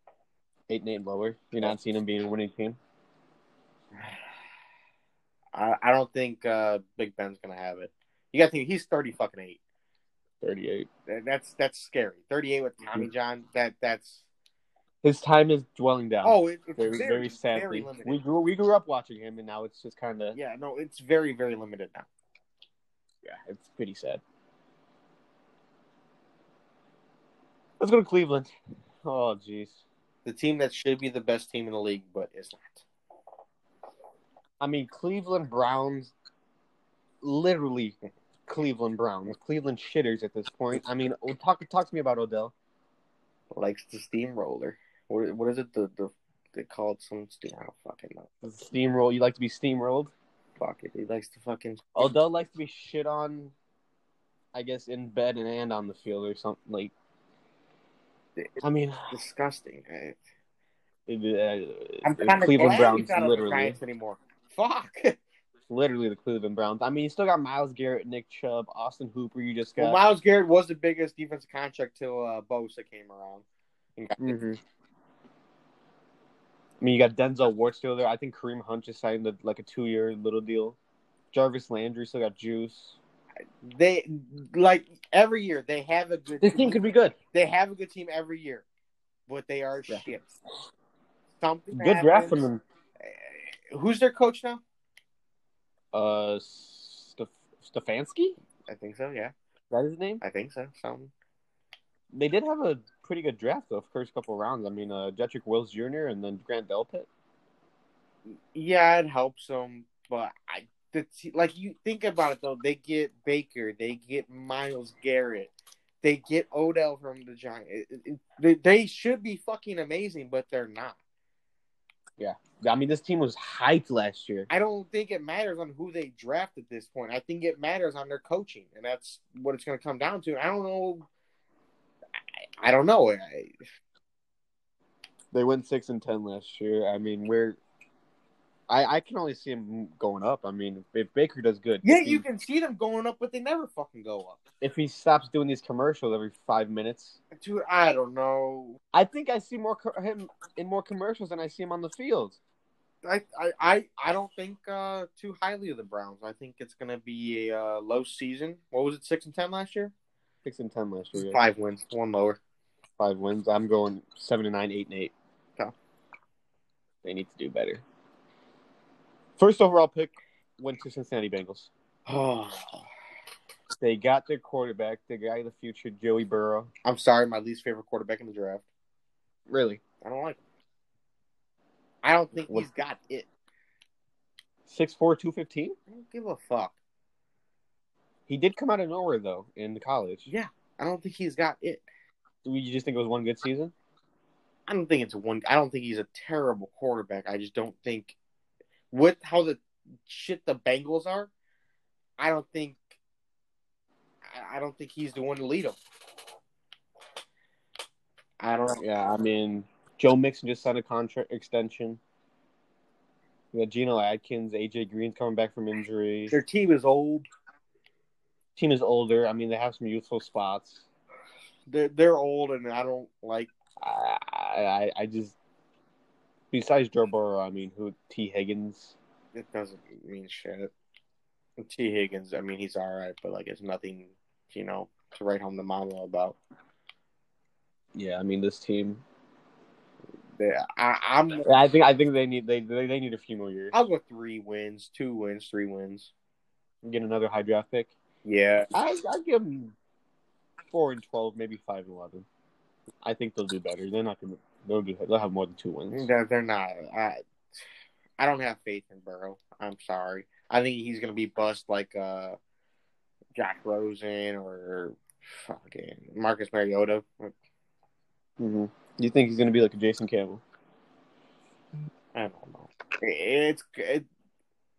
Speaker 2: eight and eight lower. You're not seeing them being a winning team.
Speaker 1: I, I don't think uh, Big Ben's gonna have it. You got to think he's thirty fucking eight.
Speaker 2: Thirty-eight. Mm-hmm.
Speaker 1: That- That's that's scary. Thirty eight with Tommy John. That that's
Speaker 2: His time is dwelling down.
Speaker 1: Oh, it, it's
Speaker 2: very, very sadly.
Speaker 1: very limited.
Speaker 2: we grew we grew up watching him, and now it's just kind of yeah.
Speaker 1: yeah, no, it's very, very limited now.
Speaker 2: it's pretty sad. Let's go to Cleveland. Oh, jeez.
Speaker 1: The team that should be the best team in the league, but is not.
Speaker 2: I mean, Cleveland Browns, literally Cleveland Browns, Cleveland shitters at this point. I mean, talk talk to me about Odell.
Speaker 1: Likes the steamroller. What, what is it? The the they call it some steam. I don't fucking know.
Speaker 2: Steamroll. You like to be steamrolled.
Speaker 1: Fuck it. He likes to fucking.
Speaker 2: Odell likes to be shit on. I guess in bed and, and on the field or something like. I mean,
Speaker 1: disgusting. eh?
Speaker 2: uh,
Speaker 1: I'm kind of
Speaker 2: Cleveland
Speaker 1: glad
Speaker 2: Browns
Speaker 1: he's not on the
Speaker 2: literally.
Speaker 1: Giants anymore. Fuck.
Speaker 2: literally the Cleveland Browns. I mean, you still got Miles Garrett, Nick Chubb, Austin Hooper. You just
Speaker 1: Well,
Speaker 2: got.
Speaker 1: Miles Garrett was the biggest defensive contract till uh, Bosa came around. And got
Speaker 2: Mhm. I mean, you got Denzel Ward still there. I think Kareem Hunt just signed the, like a two-year little deal. Jarvis Landry still got juice.
Speaker 1: They like every year they have a good.
Speaker 2: This team could be good.
Speaker 1: They have a good team every year, but they are
Speaker 2: Yeah.
Speaker 1: shit. Something
Speaker 2: Good draft from
Speaker 1: happens.
Speaker 2: them.
Speaker 1: Uh, Who's their coach now?
Speaker 2: Uh, Stef- Stefanski. Is
Speaker 1: I think so. Yeah,
Speaker 2: that his name?
Speaker 1: I think so. Something.
Speaker 2: They did have a pretty good draft though, first couple rounds. I mean, uh, Jetrick Wills Jr. and then Grant Delpit.
Speaker 1: Yeah, it helps them, but I the te- like you think about it though. They get Baker, they get Miles Garrett, they get Odell from the Giants. It- it- it- they, they should be fucking amazing, but they're not.
Speaker 2: I mean, this team was hyped last year.
Speaker 1: I don't think it matters on who they draft at this point. I think it matters on their coaching, and that's what it's going to come down to. I don't know. I, I don't know. I,
Speaker 2: They went six and ten last year. I mean, we're. I, I can only see him going up. I mean, if Baker does good,
Speaker 1: yeah,
Speaker 2: if he-
Speaker 1: you can see them going up, but they never fucking go up.
Speaker 2: if he stops doing these commercials every five minutes.
Speaker 1: Dude, I don't know.
Speaker 2: I think I see more co- him in more commercials than I see him on the field.
Speaker 1: I, I, I, I don't think uh, too highly of the Browns. I think it's going to be a uh, low season. What was it, six and ten last year?
Speaker 2: Six and ten last year, yeah.
Speaker 1: Five wins, one lower.
Speaker 2: five wins. I'm going seven and nine, eight and eight.
Speaker 1: Okay.
Speaker 2: They need to do better. First overall pick went to Cincinnati Bengals.
Speaker 1: Oh,
Speaker 2: They got their quarterback, the guy of the future, Joey Burrow.
Speaker 1: I'm sorry, my least favorite quarterback in the draft.
Speaker 2: Really,
Speaker 1: I don't like him. I don't think
Speaker 2: What-
Speaker 1: he's got it.
Speaker 2: six four, two fifteen.
Speaker 1: I don't give a fuck.
Speaker 2: He did come out of nowhere though in the college.
Speaker 1: Yeah, I don't think he's got it.
Speaker 2: You just think it was one good season?
Speaker 1: I don't think it's one. I don't think he's a terrible quarterback. I just don't think with how the shit the Bengals are, I don't think. I- I don't think he's the one to lead them. I don't know.
Speaker 2: Yeah, I mean, Joe Mixon just signed a contract extension. You got Geno Adkins, AJ Green's coming back from injury.
Speaker 1: Their team is old.
Speaker 2: Team is older. I mean, they have some youthful spots.
Speaker 1: They're, they're old, and I don't like.
Speaker 2: I, I, I just besides Joe Burrow, I mean, who T Higgins?
Speaker 1: It doesn't mean shit. T. Higgins. I mean, he's all right, but like, it's nothing. You know, to write home to mama about.
Speaker 2: Yeah, I mean, this team.
Speaker 1: Yeah, I, I'm.
Speaker 2: I think I think they need they they, they need a few more years.
Speaker 1: I'll go three wins, two wins, three wins.
Speaker 2: Get another high draft pick.
Speaker 1: Yeah,
Speaker 2: I I give them four and twelve, maybe five and eleven. I think they'll do better. They're not gonna. They'll do. They'll have more than two wins.
Speaker 1: they're, they're not. I, I don't have faith in Burrow. I'm sorry. I think he's gonna be bust like uh, Jack Rosen or fucking Marcus Mariota.
Speaker 2: Mm-hmm. You think he's going to be like a Jason Campbell?
Speaker 1: I don't know. It's it,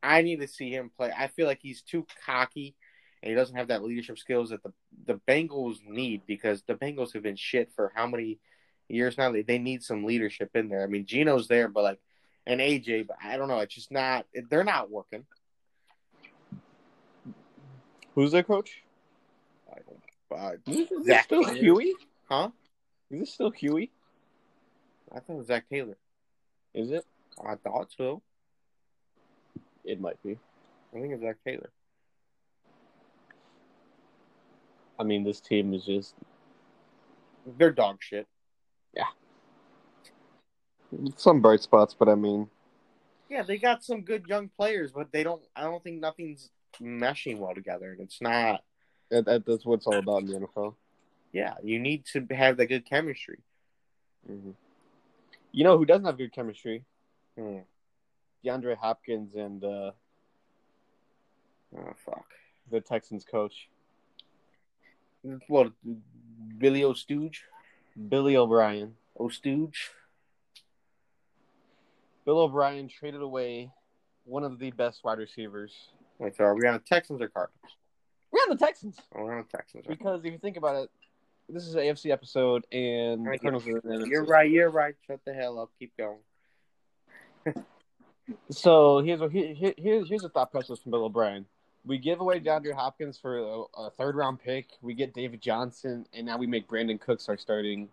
Speaker 1: I need to see him play. I feel like he's too cocky, and he doesn't have that leadership skills that the the Bengals need because the Bengals have been shit for how many years now? They, they need some leadership in there. I mean, Gino's there, but like, and AJ, but I don't know. It's just not. They're not working.
Speaker 2: Who's their coach?
Speaker 1: I don't- Uh,
Speaker 2: Is this
Speaker 1: Zach
Speaker 2: still
Speaker 1: Taylor.
Speaker 2: Huey?
Speaker 1: huh?
Speaker 2: Is this still Huey?
Speaker 1: I thought it was Zach Taylor.
Speaker 2: Is it?
Speaker 1: I thought so.
Speaker 2: It might be.
Speaker 1: I think it's Zach Taylor.
Speaker 2: I mean, this team is just
Speaker 1: They're dog shit.
Speaker 2: Yeah. Some bright spots, but I mean,
Speaker 1: Yeah, they got some good young players, but they don't. I don't think nothing's meshing well together, and it's not.
Speaker 2: that, that- that's what it's all about in the NFL.
Speaker 1: Yeah, you need to have that good chemistry.
Speaker 2: hmm You know who doesn't have good chemistry?
Speaker 1: Hmm.
Speaker 2: DeAndre Hopkins and uh,
Speaker 1: Oh fuck.
Speaker 2: the Texans coach
Speaker 1: What Billy O'Stooge?
Speaker 2: Billy O'Brien.
Speaker 1: O'Stooge?
Speaker 2: Bill O'Brien traded away one of the best wide receivers.
Speaker 1: Wait, so are we on the Texans or Cardinals?
Speaker 2: We're on the Texans
Speaker 1: Oh, We're on the Texans. right?
Speaker 2: because if you think about it, this is an AFC episode, and the
Speaker 1: Right.
Speaker 2: Cardinals are in the NFC.
Speaker 1: You're right. You're right. Shut the hell up. Keep going.
Speaker 2: So here's what here, here- here's here's a thought process from Bill O'Brien. We give away DeAndre Hopkins for a, a third round pick. We get David Johnson, and now we make Brandon Cooks our starting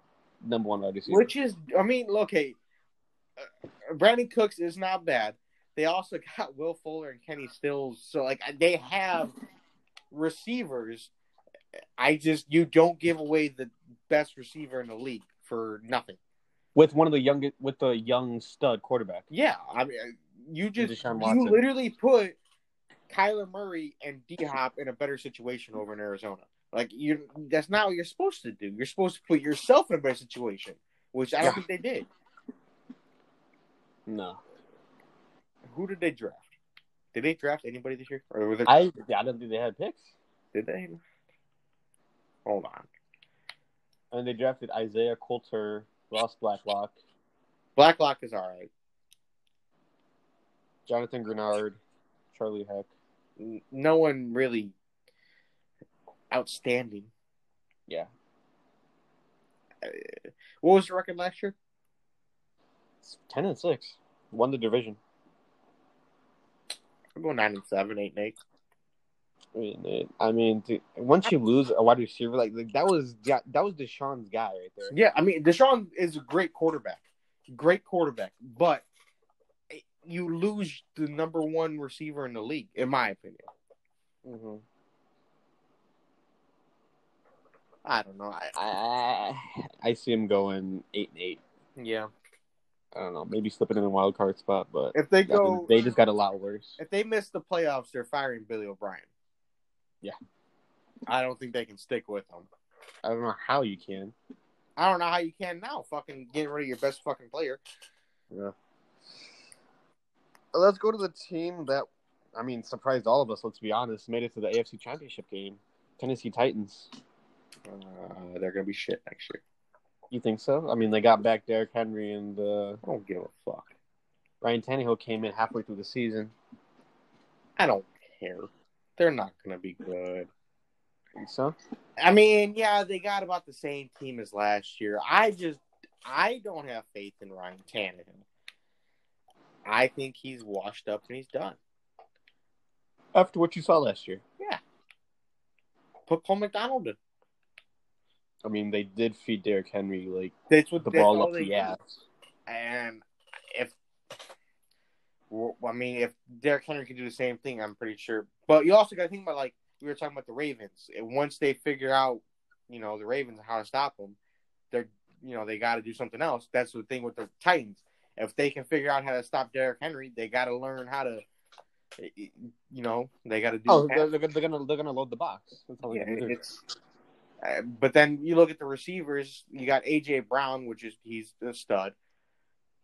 Speaker 2: number one wide receiver.
Speaker 1: Which is, I mean, look, hey, uh, Brandon Cooks is not bad. They also got Will Fuller and Kenny Stills, so like they have receivers. I just you don't give away the best receiver in the league for nothing.
Speaker 2: with one of the young with the young stud quarterback.
Speaker 1: Yeah, I mean, uh, you just
Speaker 2: Deshaun
Speaker 1: you
Speaker 2: Watson.
Speaker 1: literally put Kyler Murray and D Hop in a better situation over in Arizona. Like you, that's not what you're supposed to do. You're supposed to put yourself in a better situation, which I don't
Speaker 2: Yeah.
Speaker 1: think they did.
Speaker 2: No,
Speaker 1: Who did they draft? Did they draft anybody this year? Or was it,
Speaker 2: I I don't think they had picks.
Speaker 1: did they? Hold on.
Speaker 2: I mean, they drafted Isaiah Coulter, Ross Blacklock,
Speaker 1: Blacklock is all right.
Speaker 2: Jonathan Grenard, Charlie Heck.
Speaker 1: N- No one really outstanding. Uh,
Speaker 2: Yeah,
Speaker 1: What was the record last year?
Speaker 2: it's ten and six. Won the division.
Speaker 1: I'm going nine and seven, eight and eight.
Speaker 2: I mean, it- I mean, dude, once you lose a wide receiver like, like that was yeah, that was Deshaun's guy right there.
Speaker 1: Yeah, I mean Deshaun is a great quarterback, great quarterback, but you lose the number one receiver in the league, in my opinion.
Speaker 2: Mhm.
Speaker 1: I don't know. I,
Speaker 2: I I see him going eight and eight.
Speaker 1: yeah,
Speaker 2: I don't know, maybe slipping in the wild card spot, but
Speaker 1: if they
Speaker 2: I mean,
Speaker 1: go,
Speaker 2: they just got a lot worse.
Speaker 1: if they miss the playoffs, they're firing Billy O'Brien.
Speaker 2: Yeah.
Speaker 1: I don't think they can stick with him.
Speaker 2: I don't know how you can.
Speaker 1: I don't know how you can now. Fucking getting rid of your best fucking player.
Speaker 2: Let's go to the team that I mean surprised all of us. Let's be honest, made it to the AFC Championship game. Tennessee Titans.
Speaker 1: Uh, they're gonna be shit next year.
Speaker 2: You think so? I mean, they got back Derrick Henry and uh,
Speaker 1: I don't give a fuck.
Speaker 2: Ryan Tannehill came in halfway through the season.
Speaker 1: I don't care. They're not gonna be good.
Speaker 2: Think so
Speaker 1: I mean, yeah, they got about the same team as last year. I just, I don't have faith in Ryan Tannehill. I think he's washed up and he's done.
Speaker 2: after what you saw last year.
Speaker 1: Put Paul McDonald in.
Speaker 2: I mean, they did feed Derrick Henry like
Speaker 1: That's what
Speaker 2: the
Speaker 1: that's
Speaker 2: ball
Speaker 1: all
Speaker 2: up
Speaker 1: they
Speaker 2: the
Speaker 1: do.
Speaker 2: ass.
Speaker 1: And if, well, I mean, if Derrick Henry can do the same thing, I'm pretty sure. But you also got to think about like we were talking about the Ravens. And once they figure out, you know, the Ravens and how to stop them, they're you know they got to do something else. That's the thing with the Titans. If they can figure out how to stop Derrick Henry, they got to learn how to, you know, they got to do.
Speaker 2: Oh, they're, they're gonna they're gonna- they're gonna load the box. That's all they
Speaker 1: Yeah,
Speaker 2: can do.
Speaker 1: it's. Uh, but then you look at the receivers. You got AJ Brown, which is he's a stud.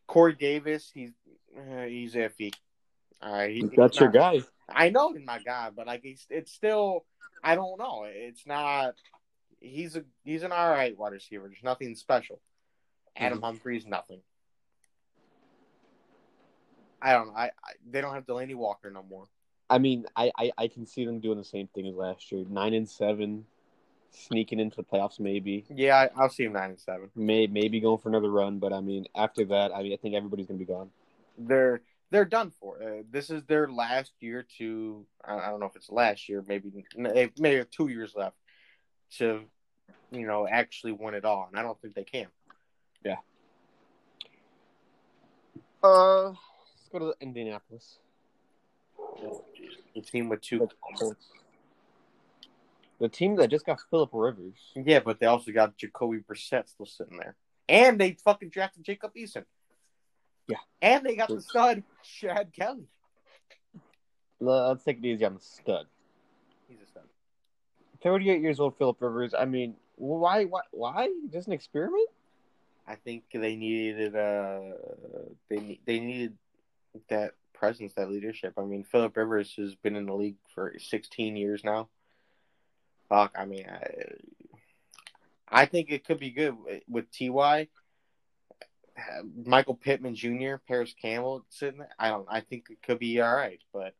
Speaker 1: Corey Davis, he's uh, he's iffy. Uh, he,
Speaker 2: That's your
Speaker 1: guy.
Speaker 2: guy.
Speaker 1: I know he's my guy, but like he's it's still I don't know. It's not. He's a he's an all right wide receiver. There's nothing special. Adam
Speaker 2: Mhm.
Speaker 1: Humphries, nothing. I don't. know. I, I they don't have Delaney Walker no more.
Speaker 2: I mean, I, I I can see them doing the same thing as last year. Nine and seven, sneaking into the playoffs maybe.
Speaker 1: Yeah, I, I'll see him nine and seven.
Speaker 2: May maybe going for another run, but I mean, after that, I mean, I think everybody's gonna be gone.
Speaker 1: they're they're done for. Uh, this is their last year to I, I don't know if it's last year, maybe they maybe have two years left to you know actually win it all, and I don't think they can.
Speaker 2: Uh, let's go to the Indianapolis.
Speaker 1: The team with two,
Speaker 2: The Colts. The team that just got Philip Rivers.
Speaker 1: yeah, but they also got Jacoby Brissett still sitting there, and they fucking drafted Jacob Eason.
Speaker 2: Yeah.
Speaker 1: And they got the stud, Shad Kelly.
Speaker 2: Let's take it easy on the stud.
Speaker 1: He's a stud.
Speaker 2: 38 years old Philip Rivers. I mean, why, why, why? Just an experiment?
Speaker 1: I think they needed uh they they needed that presence, that leadership. I mean, Philip Rivers has been in the league for 16 years now. Fuck, I mean, I, I think it could be good with Ty, Michael Pittman Jr., Paris Campbell sitting there. I don't. I think it could be all right, but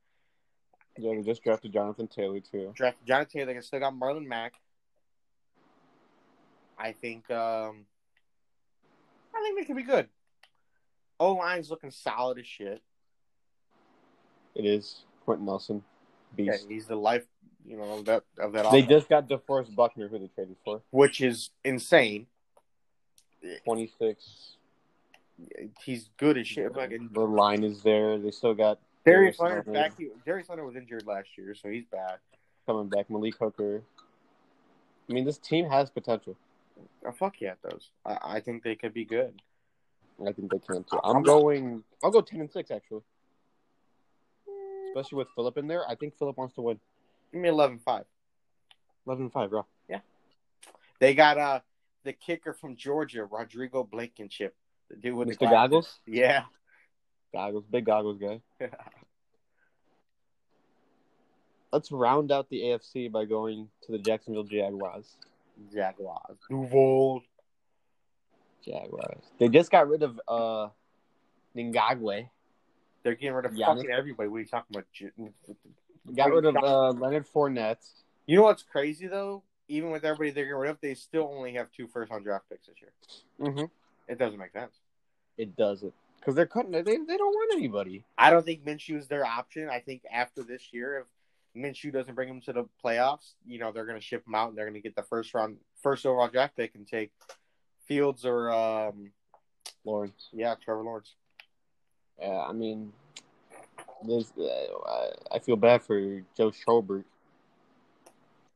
Speaker 2: Yeah, they just drafted Jonathan Taylor too.
Speaker 1: draft Jonathan Taylor. They still got Marlon Mack. I think um I think they could be good. O line's looking solid as shit.
Speaker 2: It is Quentin Nelson,
Speaker 1: Yeah,
Speaker 2: beast.
Speaker 1: he's the life, you know, of that of that
Speaker 2: They
Speaker 1: offense,
Speaker 2: just got DeForest Buckner, who they traded for
Speaker 1: which is insane.
Speaker 2: 26.
Speaker 1: He's good as shit. Fucking
Speaker 2: The line is there. They still got
Speaker 1: Darius
Speaker 2: Darius
Speaker 1: Leonard's
Speaker 2: Leonard.
Speaker 1: back. He, Darius Leonard was injured last year, so he's back.
Speaker 2: coming back Malik Hooker. I mean, this team has potential.
Speaker 1: Oh, fuck yeah, those. I, I think they could be good.
Speaker 2: I think they can too. I'm going. I'll go ten and six actually. Especially with Philip in there, I think Philip wants to win.
Speaker 1: Give me 11-5.
Speaker 2: Eleven and five, bro.
Speaker 1: They got uh the kicker from Georgia, Rodrigo Blankenship, the dude with
Speaker 2: Mr.
Speaker 1: the glasses.
Speaker 2: Goggles,
Speaker 1: Yeah.
Speaker 2: goggles, big goggles guy. Let's round out the AFC by going to the Jacksonville Jaguars.
Speaker 1: Jaguars. Duval.
Speaker 2: Jaguars. They just got rid of uh, Ningagwe.
Speaker 1: They're getting rid of
Speaker 2: Giannis.
Speaker 1: fucking everybody. What are you talking about? J-
Speaker 2: Got rid of uh, Leonard Fournette.
Speaker 1: You know what's crazy though? Even with everybody they're getting rid of, they still only have two first round draft picks this year.
Speaker 2: Mm-hmm.
Speaker 1: It doesn't make sense.
Speaker 2: It doesn't because they're cutting. They they don't want anybody.
Speaker 1: I don't think Minshew is their option. I think after this year, if Minshew doesn't bring him to the playoffs, you know they're going to ship him out and they're going to get the first round, first overall draft pick and take Fields or um,
Speaker 2: Lawrence.
Speaker 1: yeah, Trevor Lawrence.
Speaker 2: Yeah, I mean, this, uh, I- I feel bad for Joe Schobert.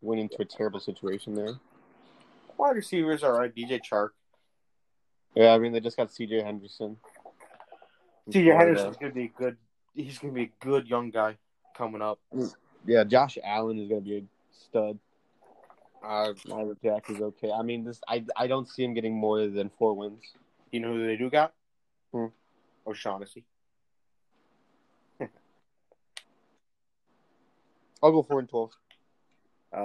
Speaker 2: Went into a terrible situation there.
Speaker 1: Wide receivers are all right. DJ Chark.
Speaker 2: Yeah, I mean they just got C.J. Henderson. from
Speaker 1: DJ
Speaker 2: Florida.
Speaker 1: Henderson's going to be a good. He's going to be a good young guy coming up.
Speaker 2: Yeah, Josh Allen is gonna be a stud.
Speaker 1: Uh,
Speaker 2: Myra Jack is okay. I mean, this I I don't see him getting more than four wins.
Speaker 1: you know who they do got?
Speaker 2: Hmm.
Speaker 1: O'Shaughnessy.
Speaker 2: I'll go four and twelve.
Speaker 1: Uh,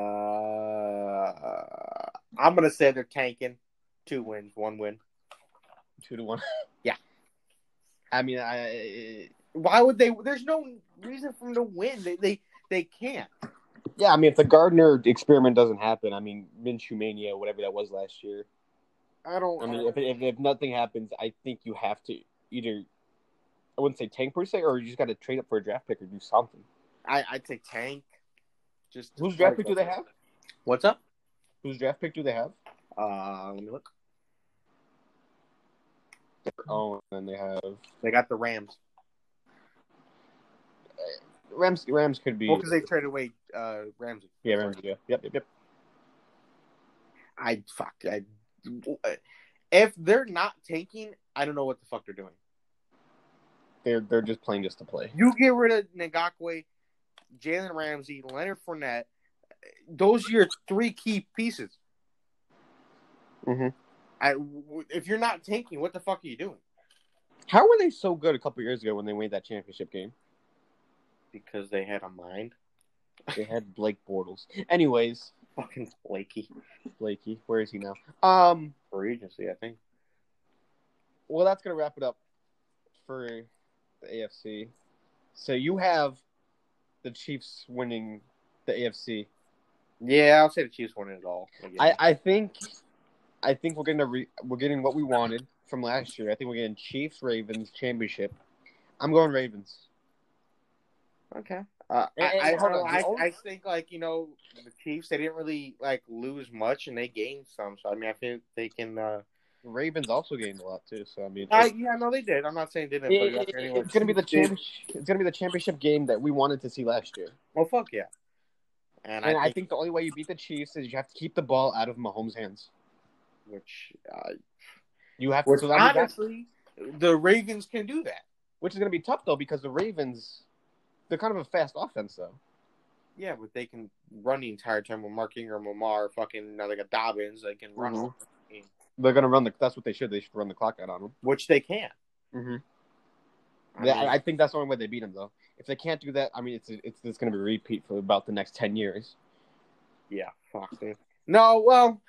Speaker 1: I'm going to say they're tanking. Two wins, one win.
Speaker 2: Two to one.
Speaker 1: Yeah.
Speaker 2: I mean, I
Speaker 1: Why would they? There's no reason for them to win. They they, they can't.
Speaker 2: yeah. I mean, if the Gardner experiment doesn't happen, I mean, Minshew mania, whatever that was last year,
Speaker 1: I don't.
Speaker 2: I mean, if, if, if nothing happens, I think you have to either, I wouldn't say tank per se, or you just got to trade up for a draft pick or do something.
Speaker 1: I I'd say tank. Just
Speaker 2: Whose draft pick do they have?
Speaker 1: What's up?
Speaker 2: Whose draft pick do they have?
Speaker 1: Uh, let me look.
Speaker 2: Oh, and then they have
Speaker 1: They got the Rams.
Speaker 2: Rams. Rams could be.
Speaker 1: Well, because they traded away uh Ramsey.
Speaker 2: yeah, Rams. Yeah, yep, yep, yep.
Speaker 1: I fuck. I if they're not tanking, I don't know what the fuck they're doing.
Speaker 2: They're they're just playing just to play.
Speaker 1: You get rid of Ngakwe, Jalen Ramsey, Leonard Fournette. Those are your three key pieces. Mm-hmm.
Speaker 2: Mhm.
Speaker 1: I, w- if you're not tanking, what the fuck are you doing?
Speaker 2: How were they so good a couple years ago when they made that championship game?
Speaker 1: Because they had a mind.
Speaker 2: They had Blake Bortles. Anyways,
Speaker 1: Fucking flaky.
Speaker 2: Blakey, where is he now? Um.
Speaker 1: Free agency, I think.
Speaker 2: Well, that's gonna wrap it up for the AFC. So you have the Chiefs winning the AFC.
Speaker 1: Yeah, I'll say the Chiefs won it all.
Speaker 2: I, I think I think we're getting a re- we're getting what we wanted from last year. I think we're getting Chiefs Ravens championship. I'm going Ravens.
Speaker 1: okay. Uh, I,
Speaker 2: And-
Speaker 1: I,
Speaker 2: and hold on,
Speaker 1: I,
Speaker 2: the only-
Speaker 1: I think like you know the Chiefs they didn't really like lose much and they gained some so I mean I think they can uh
Speaker 2: Ravens also gained a lot too. So I mean,
Speaker 1: I,
Speaker 2: it's-
Speaker 1: yeah no they did I'm not saying they didn't
Speaker 2: it-
Speaker 1: but
Speaker 2: it-
Speaker 1: anyway,
Speaker 2: it's gonna be the
Speaker 1: Chiefs
Speaker 2: champ- it's gonna be the championship game that we wanted to see last year.
Speaker 1: Well, fuck yeah. And,
Speaker 2: And I think,
Speaker 1: I, think,
Speaker 2: the only way you beat the Chiefs is you have to keep the ball out of Mahomes' hands.
Speaker 1: which, uh,
Speaker 2: You have to.
Speaker 1: which
Speaker 2: so that means that-
Speaker 1: honestly the Ravens can do that.
Speaker 2: which is going to be tough though because the Ravens, they're kind of a fast offense though.
Speaker 1: Yeah, but they can run the entire time with Mark Ingram, Lamar, fucking now they got Dobbins. They can run,
Speaker 2: Mhm.
Speaker 1: all-
Speaker 2: They're going to run the. That's what they should. They should run the clock out on them.
Speaker 1: which they can.
Speaker 2: Mm-hmm.
Speaker 1: I
Speaker 2: I,
Speaker 1: mean,
Speaker 2: I think that's the only way they beat them though. If they can't do that, I mean, it's it's, it's going to be a repeat for about the next ten years.
Speaker 1: yeah, fuck dude. No, well,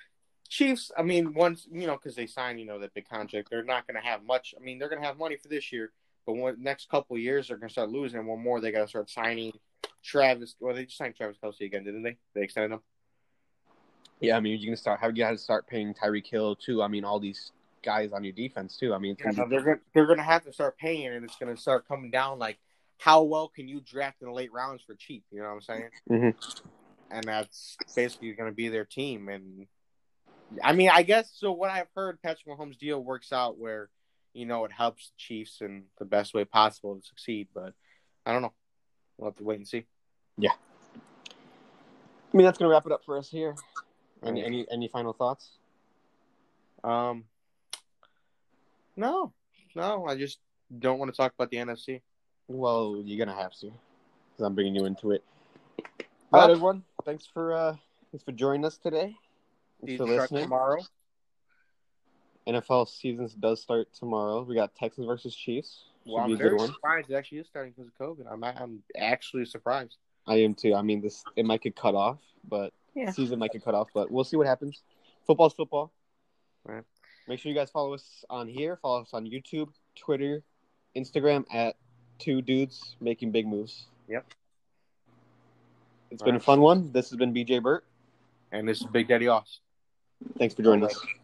Speaker 1: Chiefs. I mean, once you know, because they signed, you know, that big contract, they're not going to have much. I mean, they're going to have money for this year, but one next couple of years they're going to start losing. And one more, they got to start signing Travis. Well, they just signed Travis Kelsey again, didn't they? They extended him.
Speaker 2: Yeah, I mean, you're going to start. How you got to start paying Tyreek Hill too? I mean, all these guys on your defense too. I mean, it's
Speaker 1: Yeah,
Speaker 2: gonna
Speaker 1: so
Speaker 2: be-
Speaker 1: they're gonna, they're going to have to start paying, and it's going to start coming down. Like, how well can you draft in the late rounds for cheap? You know what I'm saying? And that's basically going to be their team. And I mean, I guess so. What I've heard, Patrick Mahomes' deal works out where you know it helps the Chiefs in the best way possible to succeed. But I don't know. We'll have to wait and see.
Speaker 2: I mean, that's going to wrap it up for us here. Any
Speaker 1: Alright.
Speaker 2: any any final thoughts?
Speaker 1: Um, no, no, I just don't want to talk about the NFC.
Speaker 2: Well, you're going to have to because I'm bringing you into it. All
Speaker 1: Well-
Speaker 2: right, everyone. Thanks for uh thanks for joining us today. Thanks for
Speaker 1: Detroit
Speaker 2: listening.
Speaker 1: tomorrow.
Speaker 2: NFL season does start tomorrow. We got Texans versus Chiefs. Should
Speaker 1: Well,
Speaker 2: be a
Speaker 1: I'm
Speaker 2: good
Speaker 1: very
Speaker 2: one.
Speaker 1: surprised it actually is starting because of COVID. I'm I'm actually surprised.
Speaker 2: I am too. I mean, this it might get cut off, but
Speaker 1: Yeah.
Speaker 2: season might get cut off, but we'll see what happens. Football's football.
Speaker 1: Right.
Speaker 2: Make sure you guys follow us on here. Follow us on YouTube, Twitter, Instagram at Two Dudes Making Big Moves.
Speaker 1: Yep.
Speaker 2: It's
Speaker 1: All
Speaker 2: been
Speaker 1: right.
Speaker 2: a fun one. This has been BJ Burt.
Speaker 1: And this is Big Daddy Oss.
Speaker 2: Thanks for joining us.